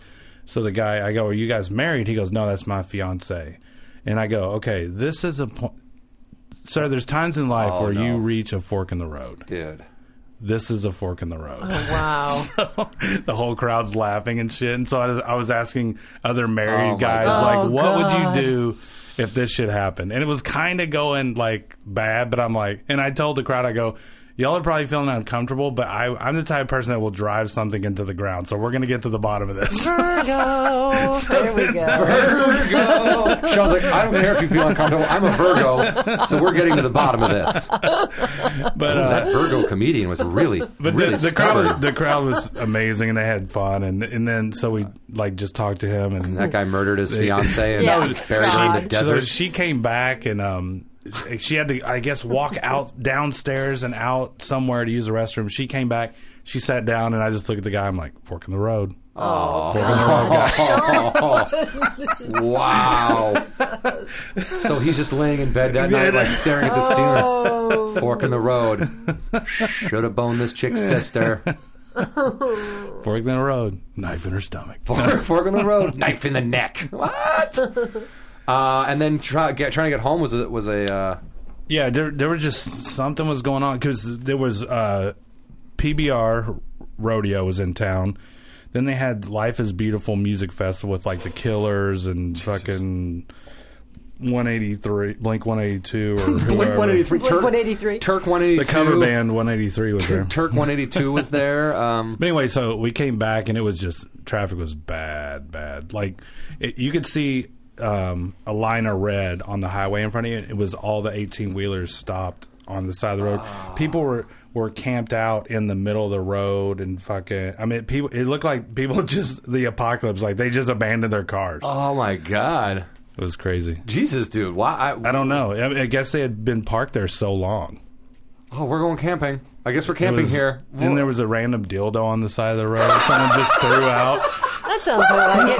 Speaker 3: So the guy, I go, "Are you guys married?" He goes, "No, that's my fiance." And I go, "Okay, this is a point, sir. There's times in life
Speaker 4: Oh,
Speaker 3: where you
Speaker 4: no.
Speaker 3: reach a fork in the road.
Speaker 4: Dude.
Speaker 3: This is a fork in the road."
Speaker 5: Oh,
Speaker 3: [LAUGHS]
Speaker 5: Wow.
Speaker 3: the whole crowd's laughing and shit. And so I was, I was asking other married
Speaker 4: Oh, my
Speaker 3: guys,
Speaker 4: God.
Speaker 5: Oh,
Speaker 3: like, what
Speaker 5: God.
Speaker 3: would you do if this shit happened? And it was kind of going like bad, but I'm like, and I told the crowd, I go, Y'all are probably feeling uncomfortable, but I, I'm the type of person that will drive something into the ground. So we're gonna get to the bottom of
Speaker 5: [LAUGHS]
Speaker 3: this. [LAUGHS]
Speaker 5: Virgo. There
Speaker 4: [LAUGHS]
Speaker 5: we go.
Speaker 4: Virgo. Sean's like, I don't care if you feel uncomfortable. I'm a Virgo, so we're getting to the bottom of this.
Speaker 3: But uh,
Speaker 4: [LAUGHS] That Virgo comedian was
Speaker 3: [LAUGHS]
Speaker 4: really,
Speaker 3: but
Speaker 4: really
Speaker 3: the, the
Speaker 4: stubborn.
Speaker 3: crowd the crowd was amazing and they had fun and and then so we like just talked to him and
Speaker 4: that guy
Speaker 3: [LAUGHS]
Speaker 4: murdered his fiance and
Speaker 5: Yeah.
Speaker 4: buried her in the
Speaker 5: God.
Speaker 3: So
Speaker 4: desert.
Speaker 3: she came back and um, she had to, I guess, walk out downstairs and out somewhere to use the restroom. She came back. She sat down, and I just look at the guy. I'm like, fork in the road.
Speaker 4: [LAUGHS] Wow. so he's just laying in bed that night, like staring at the ceiling,
Speaker 5: Oh,
Speaker 4: fork in the road. Should have boned this chick's sister. [LAUGHS]
Speaker 3: Fork in the road. Knife in her stomach.
Speaker 4: Fork, fork in the road, knife in the neck. What? Uh, and then try, get, trying to get home was a, was a uh,
Speaker 3: Yeah, there, there was just something was going on because there was uh, PBR rodeo was in town. Then they had Life Is Beautiful music festival with like the Killers and fucking 183, Blink 182 or whoever.
Speaker 4: Blink 183, Turk
Speaker 5: 183.
Speaker 4: Turk 182.
Speaker 3: The cover band 183 was there.
Speaker 4: Turk 182 was there. Um,
Speaker 3: [LAUGHS] But anyway, so we came back and it was just traffic was bad, bad. Like it, you could see um, a line of red on the highway in front of you. It was all the eighteen wheelers stopped on the side of the road. People were were camped out in the middle of the road and fucking. I mean, people. It looked like people [LAUGHS] just the apocalypse. Like they just abandoned their cars.
Speaker 4: oh my God,
Speaker 3: It was crazy.
Speaker 4: Jesus, dude! Why? I,
Speaker 3: I don't know. I, I guess they had been parked there so long.
Speaker 4: oh, we're going camping. I guess we're
Speaker 3: It
Speaker 4: camping
Speaker 3: was-
Speaker 4: here.
Speaker 3: Then there was a random dildo on the side of the road. Someone just threw out.
Speaker 5: that sounds like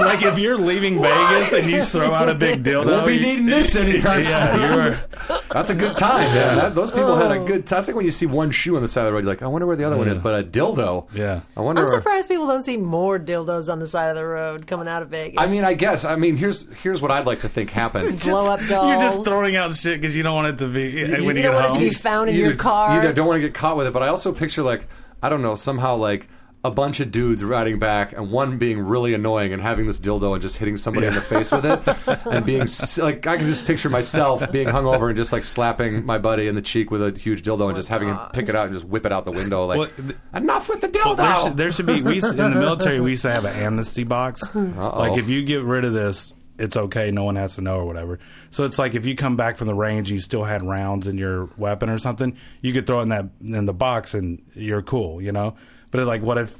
Speaker 3: [LAUGHS]
Speaker 5: it.
Speaker 3: like if you're leaving Vegas and you throw out a
Speaker 5: [LAUGHS]
Speaker 3: big dildo,
Speaker 4: We'll be
Speaker 3: you-
Speaker 4: needing this anytime
Speaker 3: [LAUGHS]
Speaker 4: soon. [LAUGHS]
Speaker 3: yeah, you're
Speaker 4: That's a good time, man. That- those people had
Speaker 5: Oh.
Speaker 4: a good. That's like when you see one shoe on the side of the road. You're like, I wonder where the other one is.
Speaker 3: Yeah.
Speaker 4: But a dildo.
Speaker 3: Yeah.
Speaker 4: I wonder.
Speaker 5: I'm
Speaker 4: where-
Speaker 5: surprised people don't see more dildos on the side of the road coming out of Vegas.
Speaker 4: I mean, I guess. I mean, here's here's what I'd like to think happened.
Speaker 5: blow up
Speaker 4: [LAUGHS]
Speaker 5: dolls.
Speaker 3: you're just throwing out shit because you don't want it to be when
Speaker 5: you
Speaker 3: you,
Speaker 5: don't
Speaker 3: get
Speaker 5: want it to
Speaker 3: home.
Speaker 5: be found in your
Speaker 4: You
Speaker 5: car.
Speaker 4: either don't want to get caught with it, but I also picture like I don't know somehow like a bunch of dudes riding back and one being really annoying and having this dildo and just hitting somebody in the face with it and being s- like I can just picture myself being hungover and just like slapping my buddy in the cheek with a huge dildo
Speaker 5: Oh
Speaker 4: and just having him pick it out and just whip it out the window like
Speaker 3: Well, th-
Speaker 4: enough with the dildo.
Speaker 3: there, should, there should be we used- in
Speaker 5: [LAUGHS]
Speaker 3: the military we used to have an amnesty box. Like if you get rid of this, it's okay. No one has to know or whatever. So it's like if you come back from the range, and you still had rounds in your weapon or something, you could throw it in that in the box and you're cool, you know. But like, what if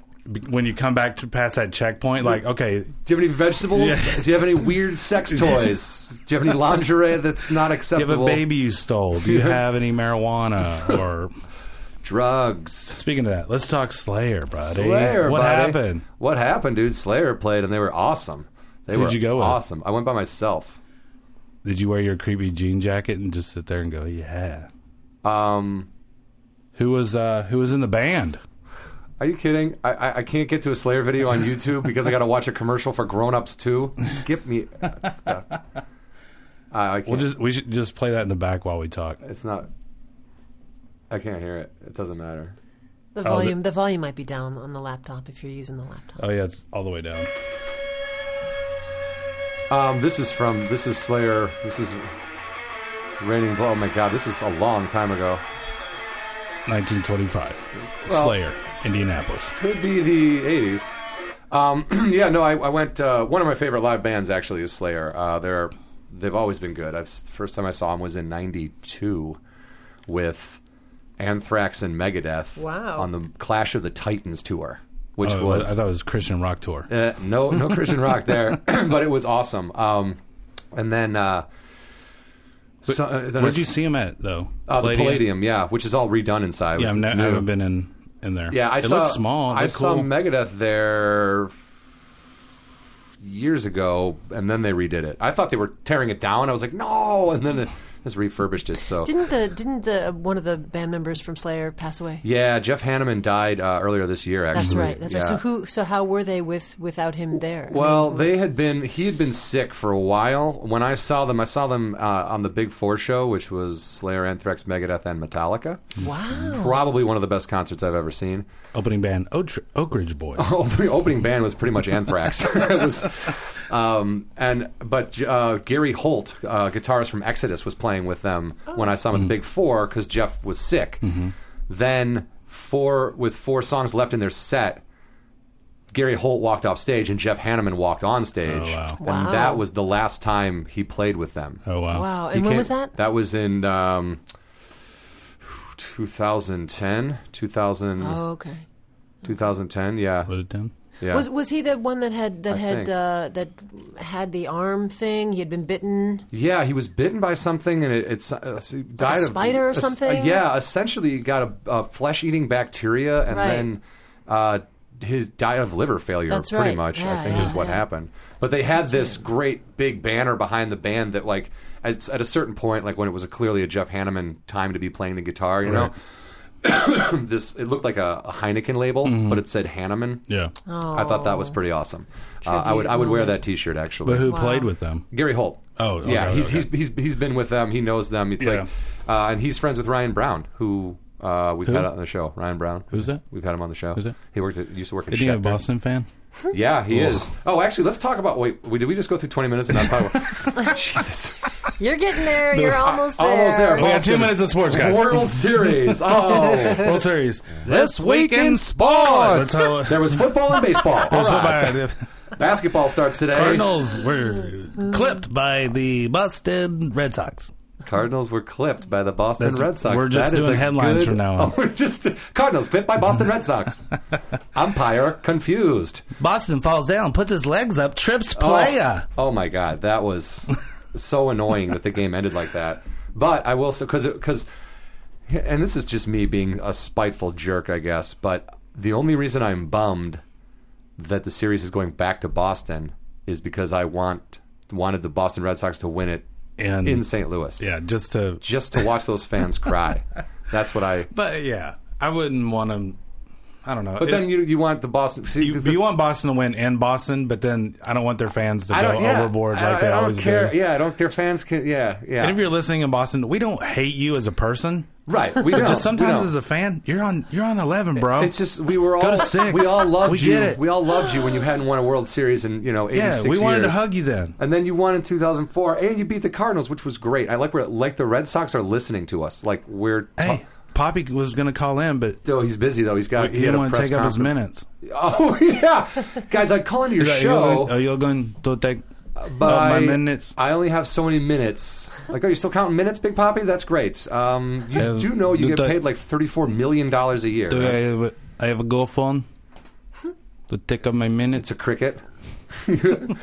Speaker 3: when you come back to past that checkpoint, like okay,
Speaker 4: Do you have any vegetables? Do you have any
Speaker 3: [LAUGHS]
Speaker 4: weird sex toys? Do you have any lingerie that's not
Speaker 3: you have a
Speaker 4: acceptable?
Speaker 3: baby you stole.
Speaker 4: [LAUGHS]
Speaker 3: Do you have any marijuana or?
Speaker 4: Drugs.
Speaker 3: Speaking of that, let's talk Slayer, buddy.
Speaker 4: Slayer.
Speaker 3: what
Speaker 4: buddy.
Speaker 3: happened?
Speaker 4: What happened, dude? Slayer played and they were awesome. They
Speaker 3: Who'd
Speaker 4: were
Speaker 3: you go with?
Speaker 4: awesome. I went by myself.
Speaker 3: Did you wear your creepy jean jacket and just sit there and go, "Yeah"?
Speaker 4: Um,
Speaker 3: Who was uh, who was in the band?
Speaker 4: are you kidding? I, I, I can't get to a Slayer video on YouTube because I got to watch a commercial for Grown Ups too. Give me. Uh, I, I can't.
Speaker 3: We'll just we should just play that in the back while we talk.
Speaker 4: it's not. I can't hear it. It doesn't matter. Oh,
Speaker 5: the volume, the volume might be down on the laptop if you're using the laptop.
Speaker 3: Oh yeah, it's all the way down.
Speaker 4: Um, this is from this is Slayer. This is Raining Blood. Oh my god, this is a long time ago.
Speaker 3: 1925,
Speaker 4: Well-
Speaker 3: Slayer, Indianapolis.
Speaker 4: Could be the '80s. Um, [CLEARS THROAT] yeah, no, I, I went. Uh, one of my favorite live bands actually is Slayer. Uh, they're they've always been good. I've, the first time I saw them was in '92 with Anthrax and Megadeth.
Speaker 5: Wow.
Speaker 4: On the Clash of the Titans tour, which
Speaker 3: Oh,
Speaker 4: was
Speaker 3: I thought it was Christian rock tour.
Speaker 4: uh, no, no Christian rock there, [CLEARS THROAT] but it was awesome. Um, and then, uh, so, uh, then I
Speaker 3: Where'd you
Speaker 4: s-
Speaker 3: see him at though?
Speaker 4: Uh, the Palladium, yeah, which is all redone inside.
Speaker 3: Yeah, I've
Speaker 4: It's-
Speaker 3: ne-
Speaker 4: it's
Speaker 3: I
Speaker 4: new.
Speaker 3: haven't been in in there.
Speaker 4: Yeah, I
Speaker 3: it
Speaker 4: saw.
Speaker 3: looked small. It
Speaker 4: I
Speaker 3: looked
Speaker 4: saw
Speaker 3: cool.
Speaker 4: Megadeth there years ago, and then they redid it. I thought they were tearing it down. I was like, no, and then they just refurbished it. So
Speaker 5: Didn't the didn't the uh, one of the band members from Slayer pass away?
Speaker 4: yeah, Jeff Hanneman died uh, earlier this year. Actually,
Speaker 5: That's right. That's right. So
Speaker 4: Yeah.
Speaker 5: who? So how were they with without him there? I
Speaker 4: Well,
Speaker 5: mean,
Speaker 4: they had been. He had been sick for a while. When I saw them, I saw them uh, on the Big Four show, which was Slayer, Anthrax, Megadeth, and Metallica.
Speaker 5: wow.
Speaker 4: Probably one of the best concerts I've ever seen.
Speaker 3: opening band Oak, Oak Ridge Boys.
Speaker 4: [LAUGHS] opening, opening band was pretty much Anthrax. [LAUGHS] it was, um, and but uh, Gary Holt,
Speaker 3: Oh. Mm-hmm.
Speaker 4: uh, guitarist from Exodus, was playing with them when I saw him at the Big Four because Jeff was sick. Then four with four songs left in their set, Gary Holt walked off stage and Jeff Hanneman walked on stage,
Speaker 3: Oh, wow.
Speaker 4: and
Speaker 5: Wow.
Speaker 4: that was the last time he played with them.
Speaker 3: Oh wow.
Speaker 5: Wow.
Speaker 4: He
Speaker 5: And when
Speaker 4: came-
Speaker 5: was that?
Speaker 4: That was in um, 2010, 2000,
Speaker 5: Oh, okay.
Speaker 4: 2010. Yeah,
Speaker 3: Put it down.
Speaker 4: yeah.
Speaker 5: Was was he the one that had that
Speaker 4: I
Speaker 5: had
Speaker 4: think.
Speaker 5: uh, that had the arm thing? He had been bitten.
Speaker 4: Yeah, he was bitten by something, and it, it's uh, s- died of
Speaker 5: spider or
Speaker 4: es-
Speaker 5: something?
Speaker 4: yeah, essentially, he got a, a flesh-eating bacteria, and
Speaker 5: Right.
Speaker 4: then uh, his died of liver failure.
Speaker 5: That's
Speaker 4: pretty
Speaker 5: right.
Speaker 4: much,
Speaker 5: Yeah,
Speaker 4: I think, is
Speaker 5: yeah,
Speaker 4: what
Speaker 5: yeah.
Speaker 4: happened. But they had this great big banner behind the band that, like, at, s- at a certain point, like when it was clearly a Jeff Hanneman time to be playing the guitar, you know, [COUGHS] this it looked like a, a Heineken label,
Speaker 3: Mm-hmm.
Speaker 4: but it said Hanneman.
Speaker 3: Yeah.
Speaker 5: Oh,
Speaker 4: I thought that was pretty awesome. Uh, I would I would wear that T-shirt actually.
Speaker 3: But who played with them?
Speaker 4: Gary Holt.
Speaker 3: Oh, okay,
Speaker 4: yeah, he's,
Speaker 3: okay.
Speaker 4: he's he's he's been with them. He knows them. It's
Speaker 3: Yeah.
Speaker 4: like, uh, and he's friends with Ryan Brown, who uh, we've had on the show. Ryan Brown,
Speaker 3: Who's that?
Speaker 4: We've had him on the show.
Speaker 3: Who's that?
Speaker 4: He worked at, used to work at
Speaker 3: Isn't he a
Speaker 4: Schecter.
Speaker 3: Boston fan?
Speaker 4: Yeah, he is. Oh, actually, let's talk about. Wait, we- did we just go through twenty minutes and not talk
Speaker 3: [LAUGHS]
Speaker 4: about? [LAUGHS] Jesus,
Speaker 5: You're
Speaker 4: [LAUGHS]
Speaker 5: getting there. You're almost there.
Speaker 4: almost there.
Speaker 3: We have
Speaker 4: Boston.
Speaker 3: two minutes of sports, guys. [LAUGHS]
Speaker 4: World Series. Oh,
Speaker 3: World Series.
Speaker 4: this week in
Speaker 3: Let's
Speaker 4: sports,
Speaker 3: hope-
Speaker 4: there was football and baseball. All
Speaker 3: let's hope
Speaker 4: right.
Speaker 3: I-
Speaker 4: Basketball starts today.
Speaker 3: [LAUGHS] Cardinals were clipped by the Boston Red Sox.
Speaker 4: Cardinals were clipped by the Boston
Speaker 3: That's-
Speaker 4: Red Sox.
Speaker 3: we're just
Speaker 4: That is
Speaker 3: doing
Speaker 4: a
Speaker 3: headlines
Speaker 4: good-
Speaker 3: from now on.
Speaker 4: Oh, [LAUGHS] we're just Cardinals clipped by Boston Red
Speaker 3: [LAUGHS]
Speaker 4: Sox. Umpire confused.
Speaker 3: Boston falls down, puts his legs up, trips player.
Speaker 4: Oh, oh my god, that was so annoying that the game ended like that. But I will say because because and this is just me being a spiteful jerk, I guess. But the only reason I'm bummed that the series is going back to Boston is because I want wanted the Boston Red Sox to win it
Speaker 3: And
Speaker 4: in St. Louis.
Speaker 3: yeah, just to.
Speaker 4: Just to watch those
Speaker 3: [LAUGHS]
Speaker 4: fans cry. That's what I
Speaker 3: But yeah, I wouldn't want him. I don't know.
Speaker 4: But
Speaker 3: It-
Speaker 4: then you you want the Boston. See,
Speaker 3: you,
Speaker 4: the-
Speaker 3: you want Boston to win and Boston, but then I don't want their fans to
Speaker 4: I
Speaker 3: go
Speaker 4: don't yeah,
Speaker 3: overboard
Speaker 4: I
Speaker 3: like
Speaker 4: don't-
Speaker 3: they
Speaker 4: I don't
Speaker 3: always
Speaker 4: care.
Speaker 3: do.
Speaker 4: Yeah, I don't. Their fans can. Yeah, yeah.
Speaker 3: And if you're listening in Boston, we don't hate you as a person.
Speaker 4: right, we
Speaker 3: [LAUGHS]
Speaker 4: don't.
Speaker 3: Just
Speaker 4: we
Speaker 3: sometimes
Speaker 4: don't.
Speaker 3: as a fan, you're on you're on eleven, bro.
Speaker 4: It's just we were all
Speaker 3: Go to six.
Speaker 4: we all loved
Speaker 3: We
Speaker 4: you.
Speaker 3: get it.
Speaker 4: We all loved you when you hadn't won a World Series in you know 86
Speaker 3: yeah, we wanted to
Speaker 4: years.
Speaker 3: hug you then.
Speaker 4: And then you won in 2004, and you beat the Cardinals, which was great. I like where like the Red Sox are listening to us. Like we're
Speaker 3: Hey, Poppy was going to call in, but
Speaker 4: oh, he's busy though. He's got
Speaker 3: he
Speaker 4: had
Speaker 3: didn't
Speaker 4: a
Speaker 3: want to
Speaker 4: press
Speaker 3: take up his
Speaker 4: conference.
Speaker 3: minutes.
Speaker 4: [LAUGHS] Oh yeah, guys, I'd call into your
Speaker 3: Like,
Speaker 4: show.
Speaker 3: "You're going- Are you going to take
Speaker 4: but
Speaker 3: up my
Speaker 4: I-
Speaker 3: minutes?
Speaker 4: I only have so many minutes. Like, oh, you're still counting minutes, Big Poppy? That's great. Um, you
Speaker 3: Uh,
Speaker 4: do know
Speaker 3: do
Speaker 4: you get
Speaker 3: that-
Speaker 4: paid like $34 million a year.
Speaker 3: Do
Speaker 4: right?
Speaker 3: I have, a, I have a girlfriend to take up my minutes?
Speaker 4: It's a cricket.
Speaker 3: [LAUGHS]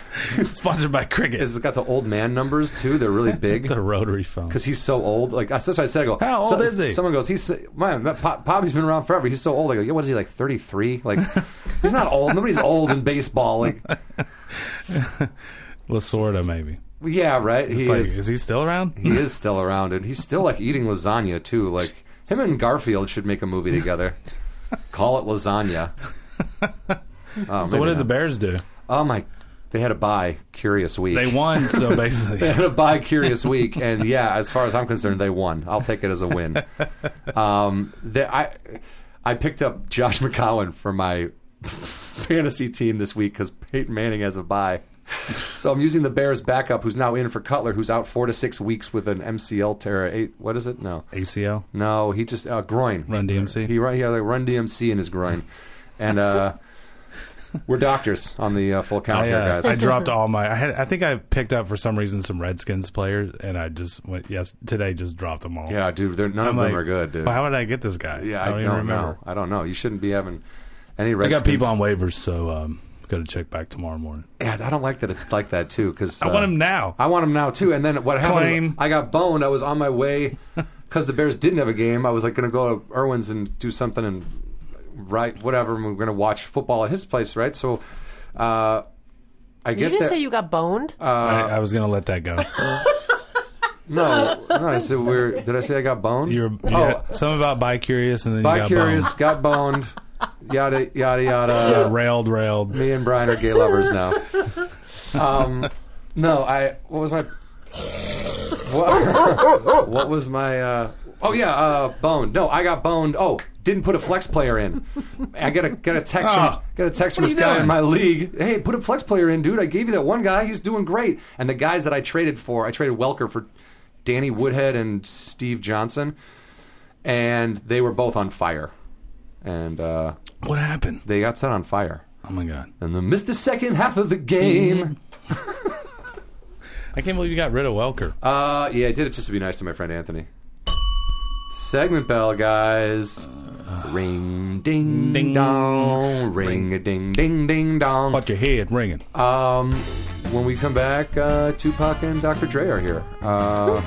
Speaker 3: Sponsored by Cricket.
Speaker 4: It's got the old man numbers, too. They're really big.
Speaker 3: it's [LAUGHS] a rotary phone.
Speaker 4: Because he's so old. Like, that's what I said. I go,
Speaker 3: How
Speaker 4: so-
Speaker 3: old is he?
Speaker 4: Someone goes, he's, man, that Pop, Poppy's been around forever. He's so old. I go, yeah, what is he, like 33? Like, he's not old. Nobody's old in baseball.
Speaker 3: [LAUGHS]
Speaker 4: Like,
Speaker 3: Lasorda, maybe.
Speaker 4: yeah, right? He
Speaker 3: It's like,
Speaker 4: is.
Speaker 3: is he still around?
Speaker 4: He is still around, and he's still like eating lasagna too. Like him and Garfield should make a movie
Speaker 3: [LAUGHS]
Speaker 4: together. Call it lasagna. Oh,
Speaker 3: So what did the Bears do?
Speaker 4: Oh my! They had a buy Curious Week.
Speaker 3: They won, so basically.
Speaker 4: [LAUGHS] They had a buy Curious Week, and yeah, as far as I'm concerned, they won. I'll take it as
Speaker 3: [LAUGHS]
Speaker 4: a win. Um, they, I I picked up Josh McCowan for my [LAUGHS] fantasy team this week because Peyton Manning has a buy. So I'm using the Bears backup, who's now in for Cutler, who's out four to six weeks with an MCL tear. Eight, what is it? No,
Speaker 3: ACL.
Speaker 4: no, he just uh, groin.
Speaker 3: Run DMC.
Speaker 4: He run. He had like Run DMC in his groin, and uh, we're doctors on the uh, full count
Speaker 3: I,
Speaker 4: here,
Speaker 3: uh,
Speaker 4: guys.
Speaker 3: I dropped all my. I had. I think I picked up for some reason some Redskins players, and I just went. Yes, today just dropped them all.
Speaker 4: yeah, dude, they're, none
Speaker 3: I'm
Speaker 4: of
Speaker 3: like,
Speaker 4: them are good, dude.
Speaker 3: Well, how did I get this guy?
Speaker 4: yeah,
Speaker 3: I don't, even remember.
Speaker 4: know. I don't know. You shouldn't be having any
Speaker 3: I
Speaker 4: Redskins.
Speaker 3: got people on waivers, so um, got to check back tomorrow morning.
Speaker 4: Yeah, I don't like that it's like that too. Because
Speaker 3: I want him now.
Speaker 4: I want him now too. And then what happened? is
Speaker 3: Claim.
Speaker 4: I got boned. I was on my
Speaker 3: [LAUGHS]
Speaker 4: way because the Bears didn't have a game. I was like going to go to Irwin's and do something and write whatever. And we were going to watch football at his place, right? So. Uh, I
Speaker 5: Did
Speaker 4: get
Speaker 5: you just
Speaker 4: there. Uh,
Speaker 5: say you got boned?
Speaker 3: I, I was gonna let that go.
Speaker 4: No, no, I said we're. Did I say I got boned?
Speaker 3: You're you
Speaker 4: oh,
Speaker 3: got something about bi curious, and then you
Speaker 4: bi
Speaker 3: got
Speaker 4: curious,
Speaker 3: curious. [LAUGHS]
Speaker 4: got boned, yada yada yada.
Speaker 3: railed, railed.
Speaker 4: Me and Brian are gay lovers now. Um, no, I. What was my? What, [LAUGHS] what was my? Uh, oh yeah, uh, boned. No, I got boned. Oh, didn't put a flex player in. I got a got a text.
Speaker 3: Ah.
Speaker 4: from, got a text from
Speaker 3: What are
Speaker 4: this
Speaker 3: you
Speaker 4: guy in
Speaker 3: doing?
Speaker 4: my league. Hey, put a flex player in, dude. I gave you that one guy. He's doing great. And the guys that I traded for, I traded Welker for Danny Woodhead and Steve Johnson. and they were both on fire, and uh,
Speaker 3: What happened?
Speaker 4: they got set on fire,
Speaker 3: Oh my god!
Speaker 4: and then missed the second half of the game.
Speaker 3: I can't believe you got rid of Welker.
Speaker 4: Uh, yeah, I did it just to be nice to my friend Anthony. Segment bell, guys. Ring ding,
Speaker 3: Ding.
Speaker 4: dong, ring a ding ding ding dong.
Speaker 3: Got your head ringing.
Speaker 4: Um, when we come back, uh, Tupac and Dr. Dre are here. Uh,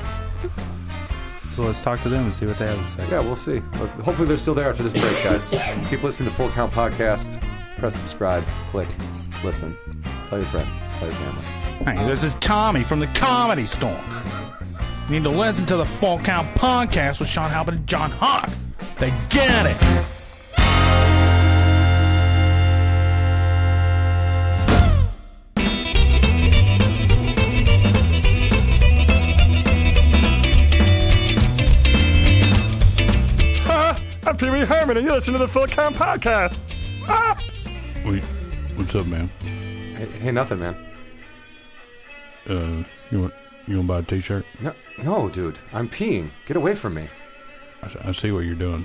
Speaker 3: So let's talk to them and see what they have to say.
Speaker 4: yeah, we'll see. But Hopefully, they're still there after this break, guys. Keep listening to Full Count Podcast. Press subscribe, click, listen. Tell your friends, tell your family.
Speaker 1: Hey, this is Tommy from the Comedy Storm. You need to listen to the Full Count Podcast with Sean Halpin and John Hawk. They get it.
Speaker 6: I'm Pee Wee Herman, and you listen to the Full Count Podcast. Ah!
Speaker 3: Wait, what's up, man?
Speaker 4: Hey, hey nothing, man.
Speaker 3: Uh, you want you want to buy a T-shirt?
Speaker 4: No, no, dude. I'm peeing. Get away from me.
Speaker 3: I, I see what you're doing.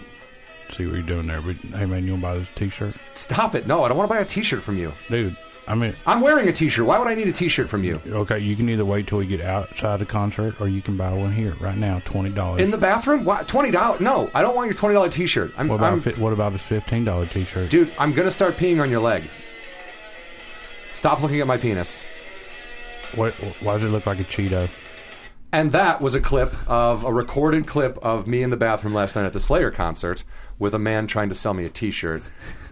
Speaker 3: See what you're doing there. But hey, man, you want to buy this T-shirt,
Speaker 4: Stop it. No, I don't want to buy a t shirt from you.
Speaker 3: dude? I mean,
Speaker 4: I'm wearing a t-shirt. Why would I need a t-shirt from you?
Speaker 3: okay, you can either wait till we get outside the concert, or you can buy one here right now, twenty
Speaker 4: In
Speaker 3: dollars.
Speaker 4: the bathroom? Why, twenty dollars? No, I don't want your twenty dollar t-shirt. I'm,
Speaker 3: What about
Speaker 4: I'm-
Speaker 3: fi- what about this fifteen dollar T-shirt?
Speaker 4: dude. I'm gonna start peeing on your leg. Stop looking at my penis.
Speaker 3: What, why does it look like a Cheeto?
Speaker 4: And that was a clip of a recorded clip of me in the bathroom last night at the Slayer concert with a man trying to sell me a T-shirt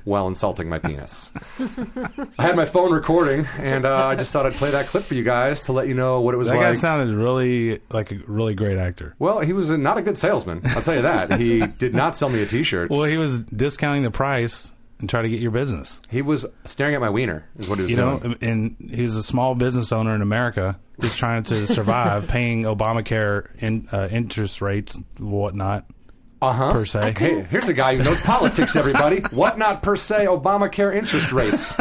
Speaker 4: while insulting
Speaker 3: [LAUGHS]
Speaker 4: my penis. I had my phone recording, and uh, I just thought I'd play that clip for you guys to let you know what it was
Speaker 3: That
Speaker 4: like.
Speaker 3: guy sounded really like a really great actor.
Speaker 4: well, he was a, not a good salesman. I'll tell you that. He did not sell me a T-shirt.
Speaker 3: Well, he was discounting the price and trying to get your business.
Speaker 4: He was staring at my wiener, is what he was
Speaker 3: You
Speaker 4: doing.
Speaker 3: know, and he's a small business owner in America who's trying to survive, paying Obamacare in, uh, interest rates, whatnot.
Speaker 4: Uh huh.
Speaker 3: Per se,
Speaker 4: Hey, here's a guy who knows politics,
Speaker 5: [LAUGHS]
Speaker 4: everybody. what not per se Obamacare interest rates?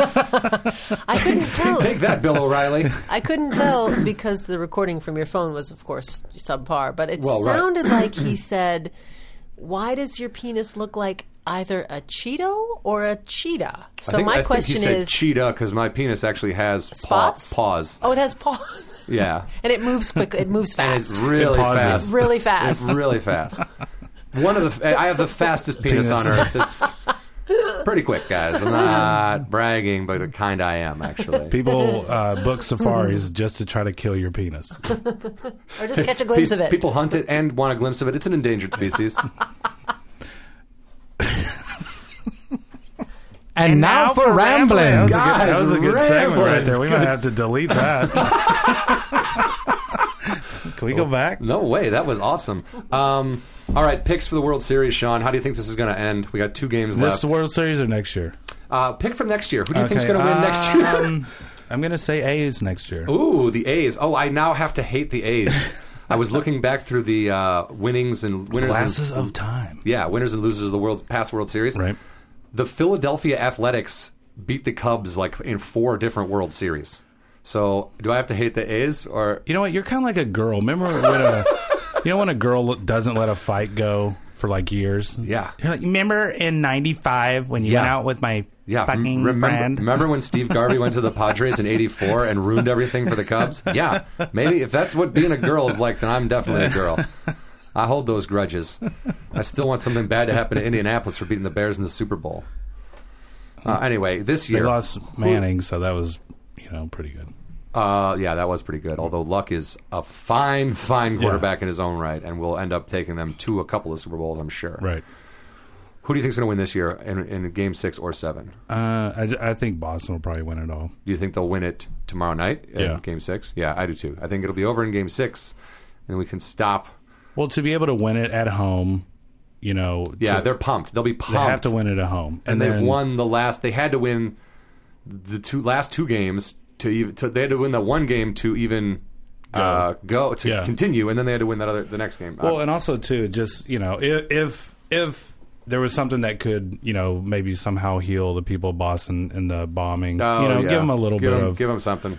Speaker 5: I
Speaker 4: [LAUGHS]
Speaker 5: couldn't tell.
Speaker 4: Take that, Bill O'Reilly.
Speaker 5: I couldn't tell because the recording from your phone was, of course, subpar. But it
Speaker 4: Well, right.
Speaker 5: sounded
Speaker 4: [CLEARS THROAT]
Speaker 5: like he said, "Why does your penis look like either a Cheeto or a cheetah?" So
Speaker 4: I think- I
Speaker 5: my
Speaker 4: think
Speaker 5: question
Speaker 4: he said
Speaker 5: is,
Speaker 4: cheetah because my penis actually has paw-
Speaker 5: Spots?
Speaker 4: paws.
Speaker 5: oh, it has paws [LAUGHS]
Speaker 4: Yeah,
Speaker 5: and it moves quick. It moves fast,
Speaker 4: it's really
Speaker 3: pauses.
Speaker 4: fast.
Speaker 5: [LAUGHS] really fast.
Speaker 4: It's really fast. One of the I have the fastest penis,
Speaker 3: Penis.
Speaker 4: on earth. It's
Speaker 5: [LAUGHS]
Speaker 4: pretty quick, guys. I'm not bragging, but the kind I am actually.
Speaker 3: People uh, book safaris just to try to kill your penis.
Speaker 5: or
Speaker 4: [LAUGHS]
Speaker 5: just catch a glimpse of it.
Speaker 4: People hunt it and want a glimpse of it. It's an endangered
Speaker 5: [LAUGHS]
Speaker 4: species.
Speaker 2: And, now, for
Speaker 3: That
Speaker 2: ramblings.
Speaker 3: was, a, good, that was a good
Speaker 4: Guys,
Speaker 3: segment right there.
Speaker 4: ramblings.
Speaker 3: We might have to delete
Speaker 2: [LAUGHS]
Speaker 3: that. Can we go back?
Speaker 4: No way, that was awesome. Um, all right, picks for the World Series, Sean. How do you think this is going to end? We got two games
Speaker 3: This
Speaker 4: left.
Speaker 3: World Series or next year?
Speaker 4: Uh, pick for next year. Who do you
Speaker 3: Okay,
Speaker 4: think's going to win next year?
Speaker 3: um, I'm going to say A's next year.
Speaker 4: [LAUGHS] Ooh, the A's. Oh, I now have to hate the A's. I was looking back through the uh, winnings and winners.
Speaker 3: Glasses
Speaker 4: and,
Speaker 3: of time.
Speaker 4: yeah, winners and losers of the world past World Series.
Speaker 3: Right.
Speaker 4: The Philadelphia Athletics beat the Cubs like in four different World Series. So, do I have to hate the A's or
Speaker 3: You know what? You're kind of like a girl. Remember when a you know when a girl lo- doesn't let a fight go for like years?
Speaker 4: yeah?
Speaker 2: You're like, remember in 95 when you
Speaker 4: Yeah.
Speaker 2: went out with my
Speaker 4: Yeah,
Speaker 2: fucking
Speaker 4: m- remember,
Speaker 2: friend?
Speaker 4: remember when Steve Garvey went to the Padres in '84 and ruined everything for the Cubs? Yeah, maybe if that's what being a girl is like, then I'm definitely a girl. I hold those grudges. I still want something bad to happen to Indianapolis for beating the Bears in the Super Bowl. Uh, anyway, this
Speaker 3: They
Speaker 4: year,
Speaker 3: lost Manning, so that was you know pretty good.
Speaker 4: uh, yeah, that was pretty good. Although Luck is a fine, fine quarterback in his own right, and will end up taking them to a couple of Super Bowls, I'm sure.
Speaker 3: Right.
Speaker 4: Who do you think's going to win this year in, in Game Six or Seven?
Speaker 3: Uh, I, j- I think Boston will probably win it all.
Speaker 4: Do you think they'll win it tomorrow night in
Speaker 3: Yeah.
Speaker 4: game six? Yeah, I do too. I think it'll be over in game six and we can stop.
Speaker 3: Well, to be able to win it at home, you know,
Speaker 4: Yeah,
Speaker 3: to-
Speaker 4: they're pumped. They'll be pumped.
Speaker 3: they have to win it at home,
Speaker 4: And, they've
Speaker 3: then-
Speaker 4: won the last, they had to win the two last two games to even, to, they had to win that one game to even go, uh, go to
Speaker 3: Yeah.
Speaker 4: continue. And then they had to win that other, the next game.
Speaker 3: Well,
Speaker 4: Uh,
Speaker 3: and also too, just you know, if, if if there was something that could, you know, maybe somehow heal the people of Boston and the bombing,
Speaker 4: oh,
Speaker 3: you know,
Speaker 4: yeah.
Speaker 3: give them a little
Speaker 4: Give
Speaker 3: bit
Speaker 4: 'em-
Speaker 3: of.
Speaker 4: give them something.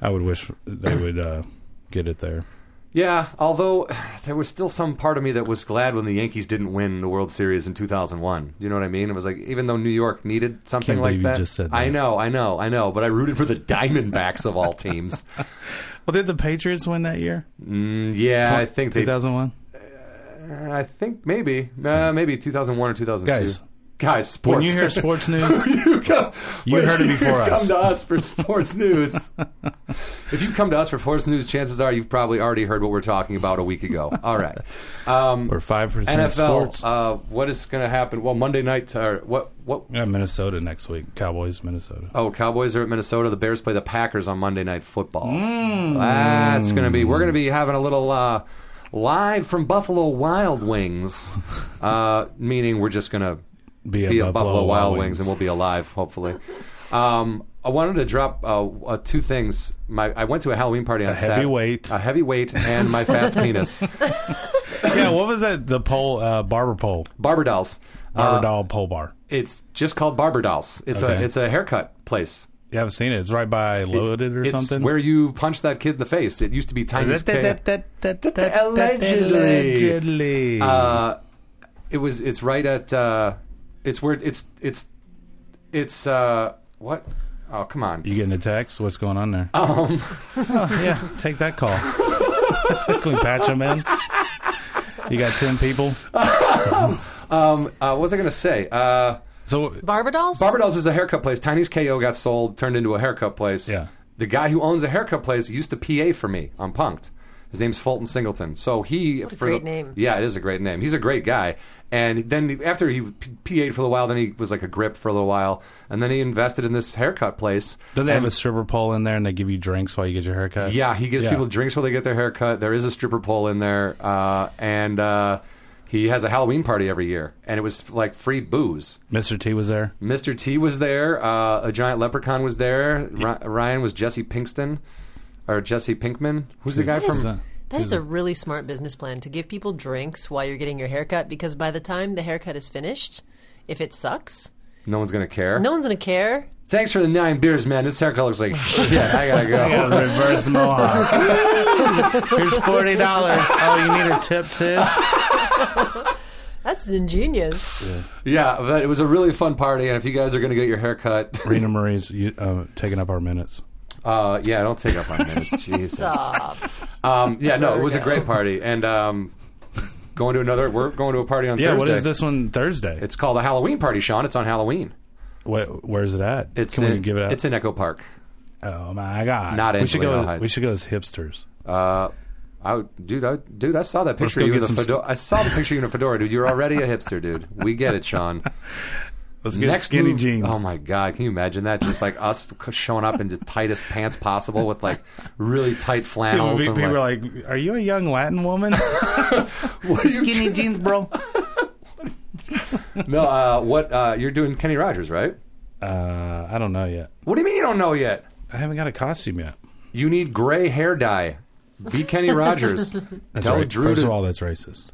Speaker 3: I would wish they would uh, get it there.
Speaker 4: Yeah, although there was still some part of me that was glad when the Yankees didn't win the World Series in 2001. You know what I mean? It was like even though New York needed something
Speaker 3: Can't
Speaker 4: like
Speaker 3: believe you
Speaker 4: that.
Speaker 3: just said
Speaker 4: I
Speaker 3: that.
Speaker 4: know, I know, I know, but I rooted for the [LAUGHS] Diamondbacks of
Speaker 3: [LAUGHS]
Speaker 4: all teams.
Speaker 3: Well, did the Patriots win that year?
Speaker 4: Mm, yeah, I think they
Speaker 3: 2001.
Speaker 4: I think maybe, uh, maybe 2001 or 2002.
Speaker 3: Guys.
Speaker 4: guys, sports.
Speaker 3: When you hear
Speaker 4: [LAUGHS]
Speaker 3: sports news,
Speaker 4: you come,
Speaker 3: You
Speaker 4: when
Speaker 3: heard it before
Speaker 4: you
Speaker 3: us.
Speaker 4: Come to us for
Speaker 3: [LAUGHS]
Speaker 4: sports news. if you come to us for sports news, chances are you've probably already heard what we're talking about a week ago. All right. Um,
Speaker 3: we're five
Speaker 4: [LAUGHS]
Speaker 3: percent sports.
Speaker 4: NFL. Uh, what is going to happen? Well, Monday night. Or what? What?
Speaker 3: Yeah, Minnesota next week. Cowboys, Minnesota.
Speaker 4: Oh, Cowboys are at Minnesota. The Bears play the Packers on Monday Night Football.
Speaker 3: Mm.
Speaker 4: That's going to be. We're going to be having a little uh, live from Buffalo Wild
Speaker 3: [LAUGHS]
Speaker 4: Wings, uh, meaning we're just going to
Speaker 3: Be a,
Speaker 4: be a Buffalo Wild Wings, and we'll be alive, hopefully. Um, I wanted to drop uh, uh, two things. My I went to a Halloween party on
Speaker 3: A heavyweight.
Speaker 4: Sat- a heavyweight, and
Speaker 3: [LAUGHS]
Speaker 4: my fast penis,
Speaker 3: yeah, what was that? The pole, uh, barber pole,
Speaker 4: barber dolls.
Speaker 3: barber
Speaker 4: Uh,
Speaker 3: doll pole bar.
Speaker 4: It's just called barber dolls. It's
Speaker 3: Okay.
Speaker 4: a it's a haircut place.
Speaker 3: You haven't seen it? It's right by Loaded or
Speaker 4: it's
Speaker 3: something.
Speaker 4: where you punch that kid in the face. It used to be Tiny's K. Allegedly.
Speaker 3: Allegedly.
Speaker 4: Uh, it was. It's right at. Uh, it's where it's it's it's uh, what? Oh come on.
Speaker 3: you getting a text? What's going on there? Um. [LAUGHS] yeah, take that call. [LAUGHS] Can we patch them in? You got ten people.
Speaker 4: Uh, what was I going to say? Uh,
Speaker 3: So
Speaker 5: Barbadolls?
Speaker 4: Barber Dolls is a haircut place. Tiny's KO got sold, turned into a haircut place.
Speaker 3: Yeah.
Speaker 4: The guy who owns a haircut place used to PA for me on Punked. His name's Fulton Singleton. So he
Speaker 5: What a
Speaker 4: for
Speaker 5: great
Speaker 4: the-
Speaker 5: name.
Speaker 4: Yeah, it is a great name. He's a great guy. And then after he P- PA'd for a little while, then he was like a grip for a little while, and then he invested in this haircut place.
Speaker 3: do they have
Speaker 4: And-
Speaker 3: a stripper pole in there, and they give you drinks while you get your haircut?
Speaker 4: yeah, he gives
Speaker 3: Yeah.
Speaker 4: people drinks while they get their hair cut. There is a stripper pole in there, uh, and uh, he has a Halloween party every year, and it was like free booze.
Speaker 3: Mr. T was there.
Speaker 4: Mr. T was there. Uh, a giant leprechaun was there. Ry- Ryan was Jesse Pinkston or Jesse Pinkman. Who's the guy
Speaker 5: That is-
Speaker 4: from?
Speaker 5: that is a really smart business plan to give people drinks while you're getting your haircut because by the time the haircut is finished, if it sucks,
Speaker 4: No one's gonna care.
Speaker 5: no one's going to care.
Speaker 4: Thanks for the nine beers, man. This haircut
Speaker 3: [LAUGHS]
Speaker 4: looks like shit. I gotta go.
Speaker 3: reverse mohawk. [LAUGHS] Here's forty dollars. Oh, you need a tip too.
Speaker 5: That's ingenious.
Speaker 4: yeah, but it was a really fun party, and if you guys are gonna get your haircut,
Speaker 3: Rena Marie's you, uh, taking up our minutes.
Speaker 4: uh, yeah, don't take up
Speaker 3: [LAUGHS]
Speaker 4: on minutes. Jesus.
Speaker 5: Stop.
Speaker 4: Um, yeah, no, it
Speaker 5: There
Speaker 4: was a
Speaker 5: we
Speaker 4: great party, and um, going to another. We're going to a party on
Speaker 3: Yeah,
Speaker 4: Thursday.
Speaker 3: what is this one Thursday?
Speaker 4: It's called a Halloween party, Sean. It's on Halloween.
Speaker 3: Where, where's it at?
Speaker 4: It's
Speaker 3: Can
Speaker 4: in,
Speaker 3: we give it out?
Speaker 4: It's in Echo Park.
Speaker 3: oh my god!
Speaker 4: Not
Speaker 3: we should
Speaker 4: Angelo
Speaker 3: go.
Speaker 4: Heights.
Speaker 3: We should go as hipsters.
Speaker 4: Uh, I, would- dude, I, dude, I saw that picture
Speaker 3: go
Speaker 4: of you
Speaker 3: get
Speaker 4: in a
Speaker 3: some
Speaker 4: fedora. I saw the picture of you in a fedora, dude. You're already a hipster, dude. We get it, Sean.
Speaker 3: [LAUGHS] Let's get skinny
Speaker 4: move-
Speaker 3: jeans.
Speaker 4: Oh my god, can you imagine that? Just like us [LAUGHS] showing up in the tightest pants possible with like really
Speaker 3: [LAUGHS]
Speaker 4: tight
Speaker 3: People,
Speaker 4: flannels.
Speaker 3: be-
Speaker 4: and,
Speaker 3: people are
Speaker 4: like,
Speaker 3: like, "Are you a young Latin
Speaker 4: [LAUGHS]
Speaker 3: woman?
Speaker 4: what are you
Speaker 2: Skinny jeans, bro.
Speaker 4: tra- no, uh, what uh, you're doing, Kenny Rogers, right?
Speaker 3: [LAUGHS] uh, I don't know yet.
Speaker 4: What do you mean you don't know yet?
Speaker 3: I haven't got a costume yet.
Speaker 4: You need gray hair dye. Be Kenny Rogers.
Speaker 3: That's
Speaker 4: Tell
Speaker 3: right.
Speaker 4: Drew
Speaker 3: First
Speaker 4: to-
Speaker 3: of all, that's racist.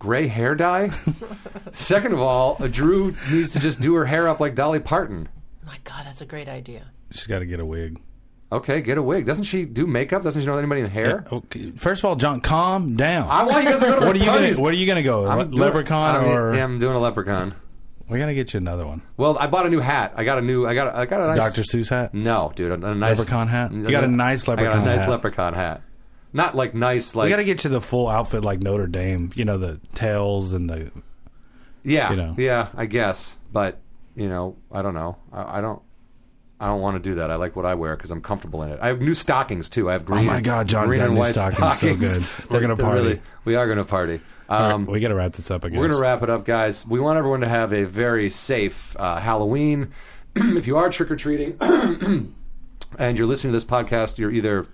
Speaker 4: gray
Speaker 3: [LAUGHS]
Speaker 4: hair dye. Second of all, uh, Drew needs to just do her hair up like Dolly Parton.
Speaker 5: My God, that's a great idea.
Speaker 3: She's got to get a wig.
Speaker 4: Okay, get a wig. Doesn't she do makeup? Doesn't she know anybody in hair?
Speaker 3: Okay. First of all, John, calm down.
Speaker 4: I want you guys to go to
Speaker 3: Uh, what
Speaker 4: this
Speaker 3: are you
Speaker 4: party.
Speaker 3: gonna? What are you gonna go? Le-
Speaker 4: I'm doing-
Speaker 3: leprechaun
Speaker 4: I'm-
Speaker 3: or
Speaker 4: yeah, I'm doing a leprechaun.
Speaker 3: we gotta get you another one.
Speaker 4: Well, I bought a new hat. I got a new. I got. A, I got a nice
Speaker 3: Dr. Seuss hat.
Speaker 4: No, dude, a, a nice
Speaker 3: Leprechaun hat? You got a nice
Speaker 4: I
Speaker 3: leprechaun
Speaker 4: got a nice
Speaker 3: hat.
Speaker 4: leprechaun hat. Not like nice, like
Speaker 3: We got to get you the full outfit like Notre Dame. You know the tails and the.
Speaker 4: yeah,
Speaker 3: you know.
Speaker 4: yeah. I guess, but you know, I don't know. I, I don't. I don't want to do that. I like what I wear because I'm comfortable in it. I have new stockings too. I have green.
Speaker 3: Oh my God, John's
Speaker 4: green
Speaker 3: got
Speaker 4: and
Speaker 3: new
Speaker 4: white
Speaker 3: stockings, so good. We're gonna
Speaker 4: [LAUGHS] They're
Speaker 3: party.
Speaker 4: we are gonna party.
Speaker 3: All right,
Speaker 4: Um,
Speaker 3: we got to wrap this up. I guess
Speaker 4: We're going to wrap it up, guys. We want everyone to have a very safe uh, Halloween. [CLEARS THROAT] if you are trick or treating [CLEARS THROAT] and you're listening to this podcast, you're either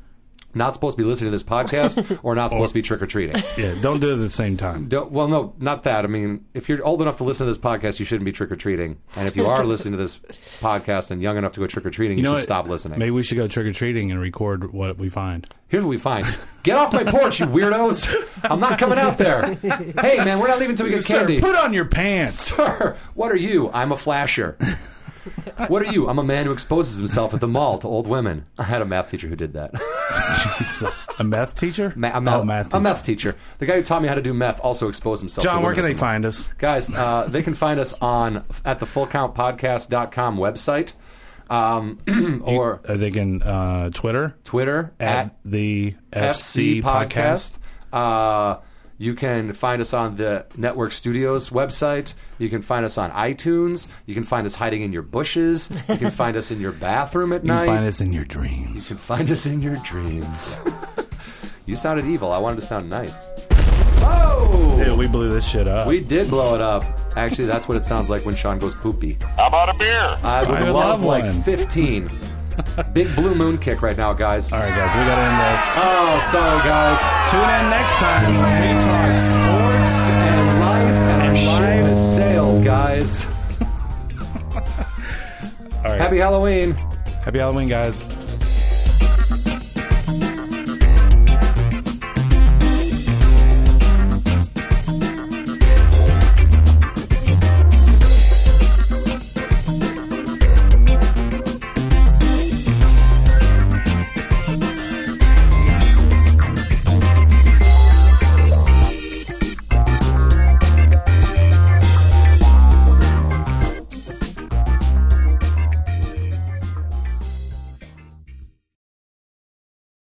Speaker 4: not supposed to be listening to this
Speaker 3: [LAUGHS]
Speaker 4: podcast or not supposed to be trick or treating.
Speaker 3: Yeah, don't do it at the same time.
Speaker 4: Don't- Well, no, not that. I mean, if you're old enough to listen to this podcast, you shouldn't be trick or treating. And if you
Speaker 3: [LAUGHS]
Speaker 4: are listening to this podcast and young enough to go trick or treating, you,
Speaker 3: know
Speaker 4: should
Speaker 3: what?
Speaker 4: stop listening.
Speaker 3: Maybe we should go trick or treating and record what we find.
Speaker 4: Here's what we find. Get off my porch, you weirdos. I'm not coming out
Speaker 3: [LAUGHS]
Speaker 4: there. Hey, man, we're not leaving until we get
Speaker 3: Sir,
Speaker 4: candy.
Speaker 3: put on your pants.
Speaker 4: Sir, what are you? I'm a flasher. What are you? I'm a man who exposes himself at the mall to old women. I had a math teacher who did that.
Speaker 3: Jesus. A meth teacher?
Speaker 4: Ma- a,
Speaker 3: Oh,
Speaker 4: math,
Speaker 3: math
Speaker 4: a
Speaker 3: teacher.
Speaker 4: math teacher. The guy who taught me how to do math also exposed himself.
Speaker 3: John,
Speaker 4: to
Speaker 3: where can they
Speaker 4: women at the mall.
Speaker 3: find us?
Speaker 4: guys uh, they can find us on at the fullcountpodcast.com website um, [CLEARS THROAT] or
Speaker 3: Uh, they can uh, Twitter
Speaker 4: twitter at,
Speaker 3: the
Speaker 4: fc podcast, Uh, you can find us on the network studios website you can find us on itunes you can find us hiding in your bushes you can find us in your bathroom at
Speaker 3: You
Speaker 4: night
Speaker 3: can find us in your dreams.
Speaker 4: you can find us in your dreams [LAUGHS] you sounded evil i wanted to sound nice oh
Speaker 3: Dude, we blew this shit up.
Speaker 4: We did blow it up. Actually, that's what it sounds like when Sean goes poopy. How about a beer? I would
Speaker 3: I would love
Speaker 4: love, like
Speaker 3: one. [LAUGHS]
Speaker 4: 15. Big blue moon kick right now, guys.
Speaker 3: All right, guys, we got to end this.
Speaker 4: Oh, sorry, guys.
Speaker 3: Tune in next time when we talk sports.
Speaker 4: And
Speaker 3: And
Speaker 4: life and, life
Speaker 3: shit.
Speaker 4: is sale, guys.
Speaker 3: right.
Speaker 4: Happy Halloween.
Speaker 3: Happy Halloween, guys.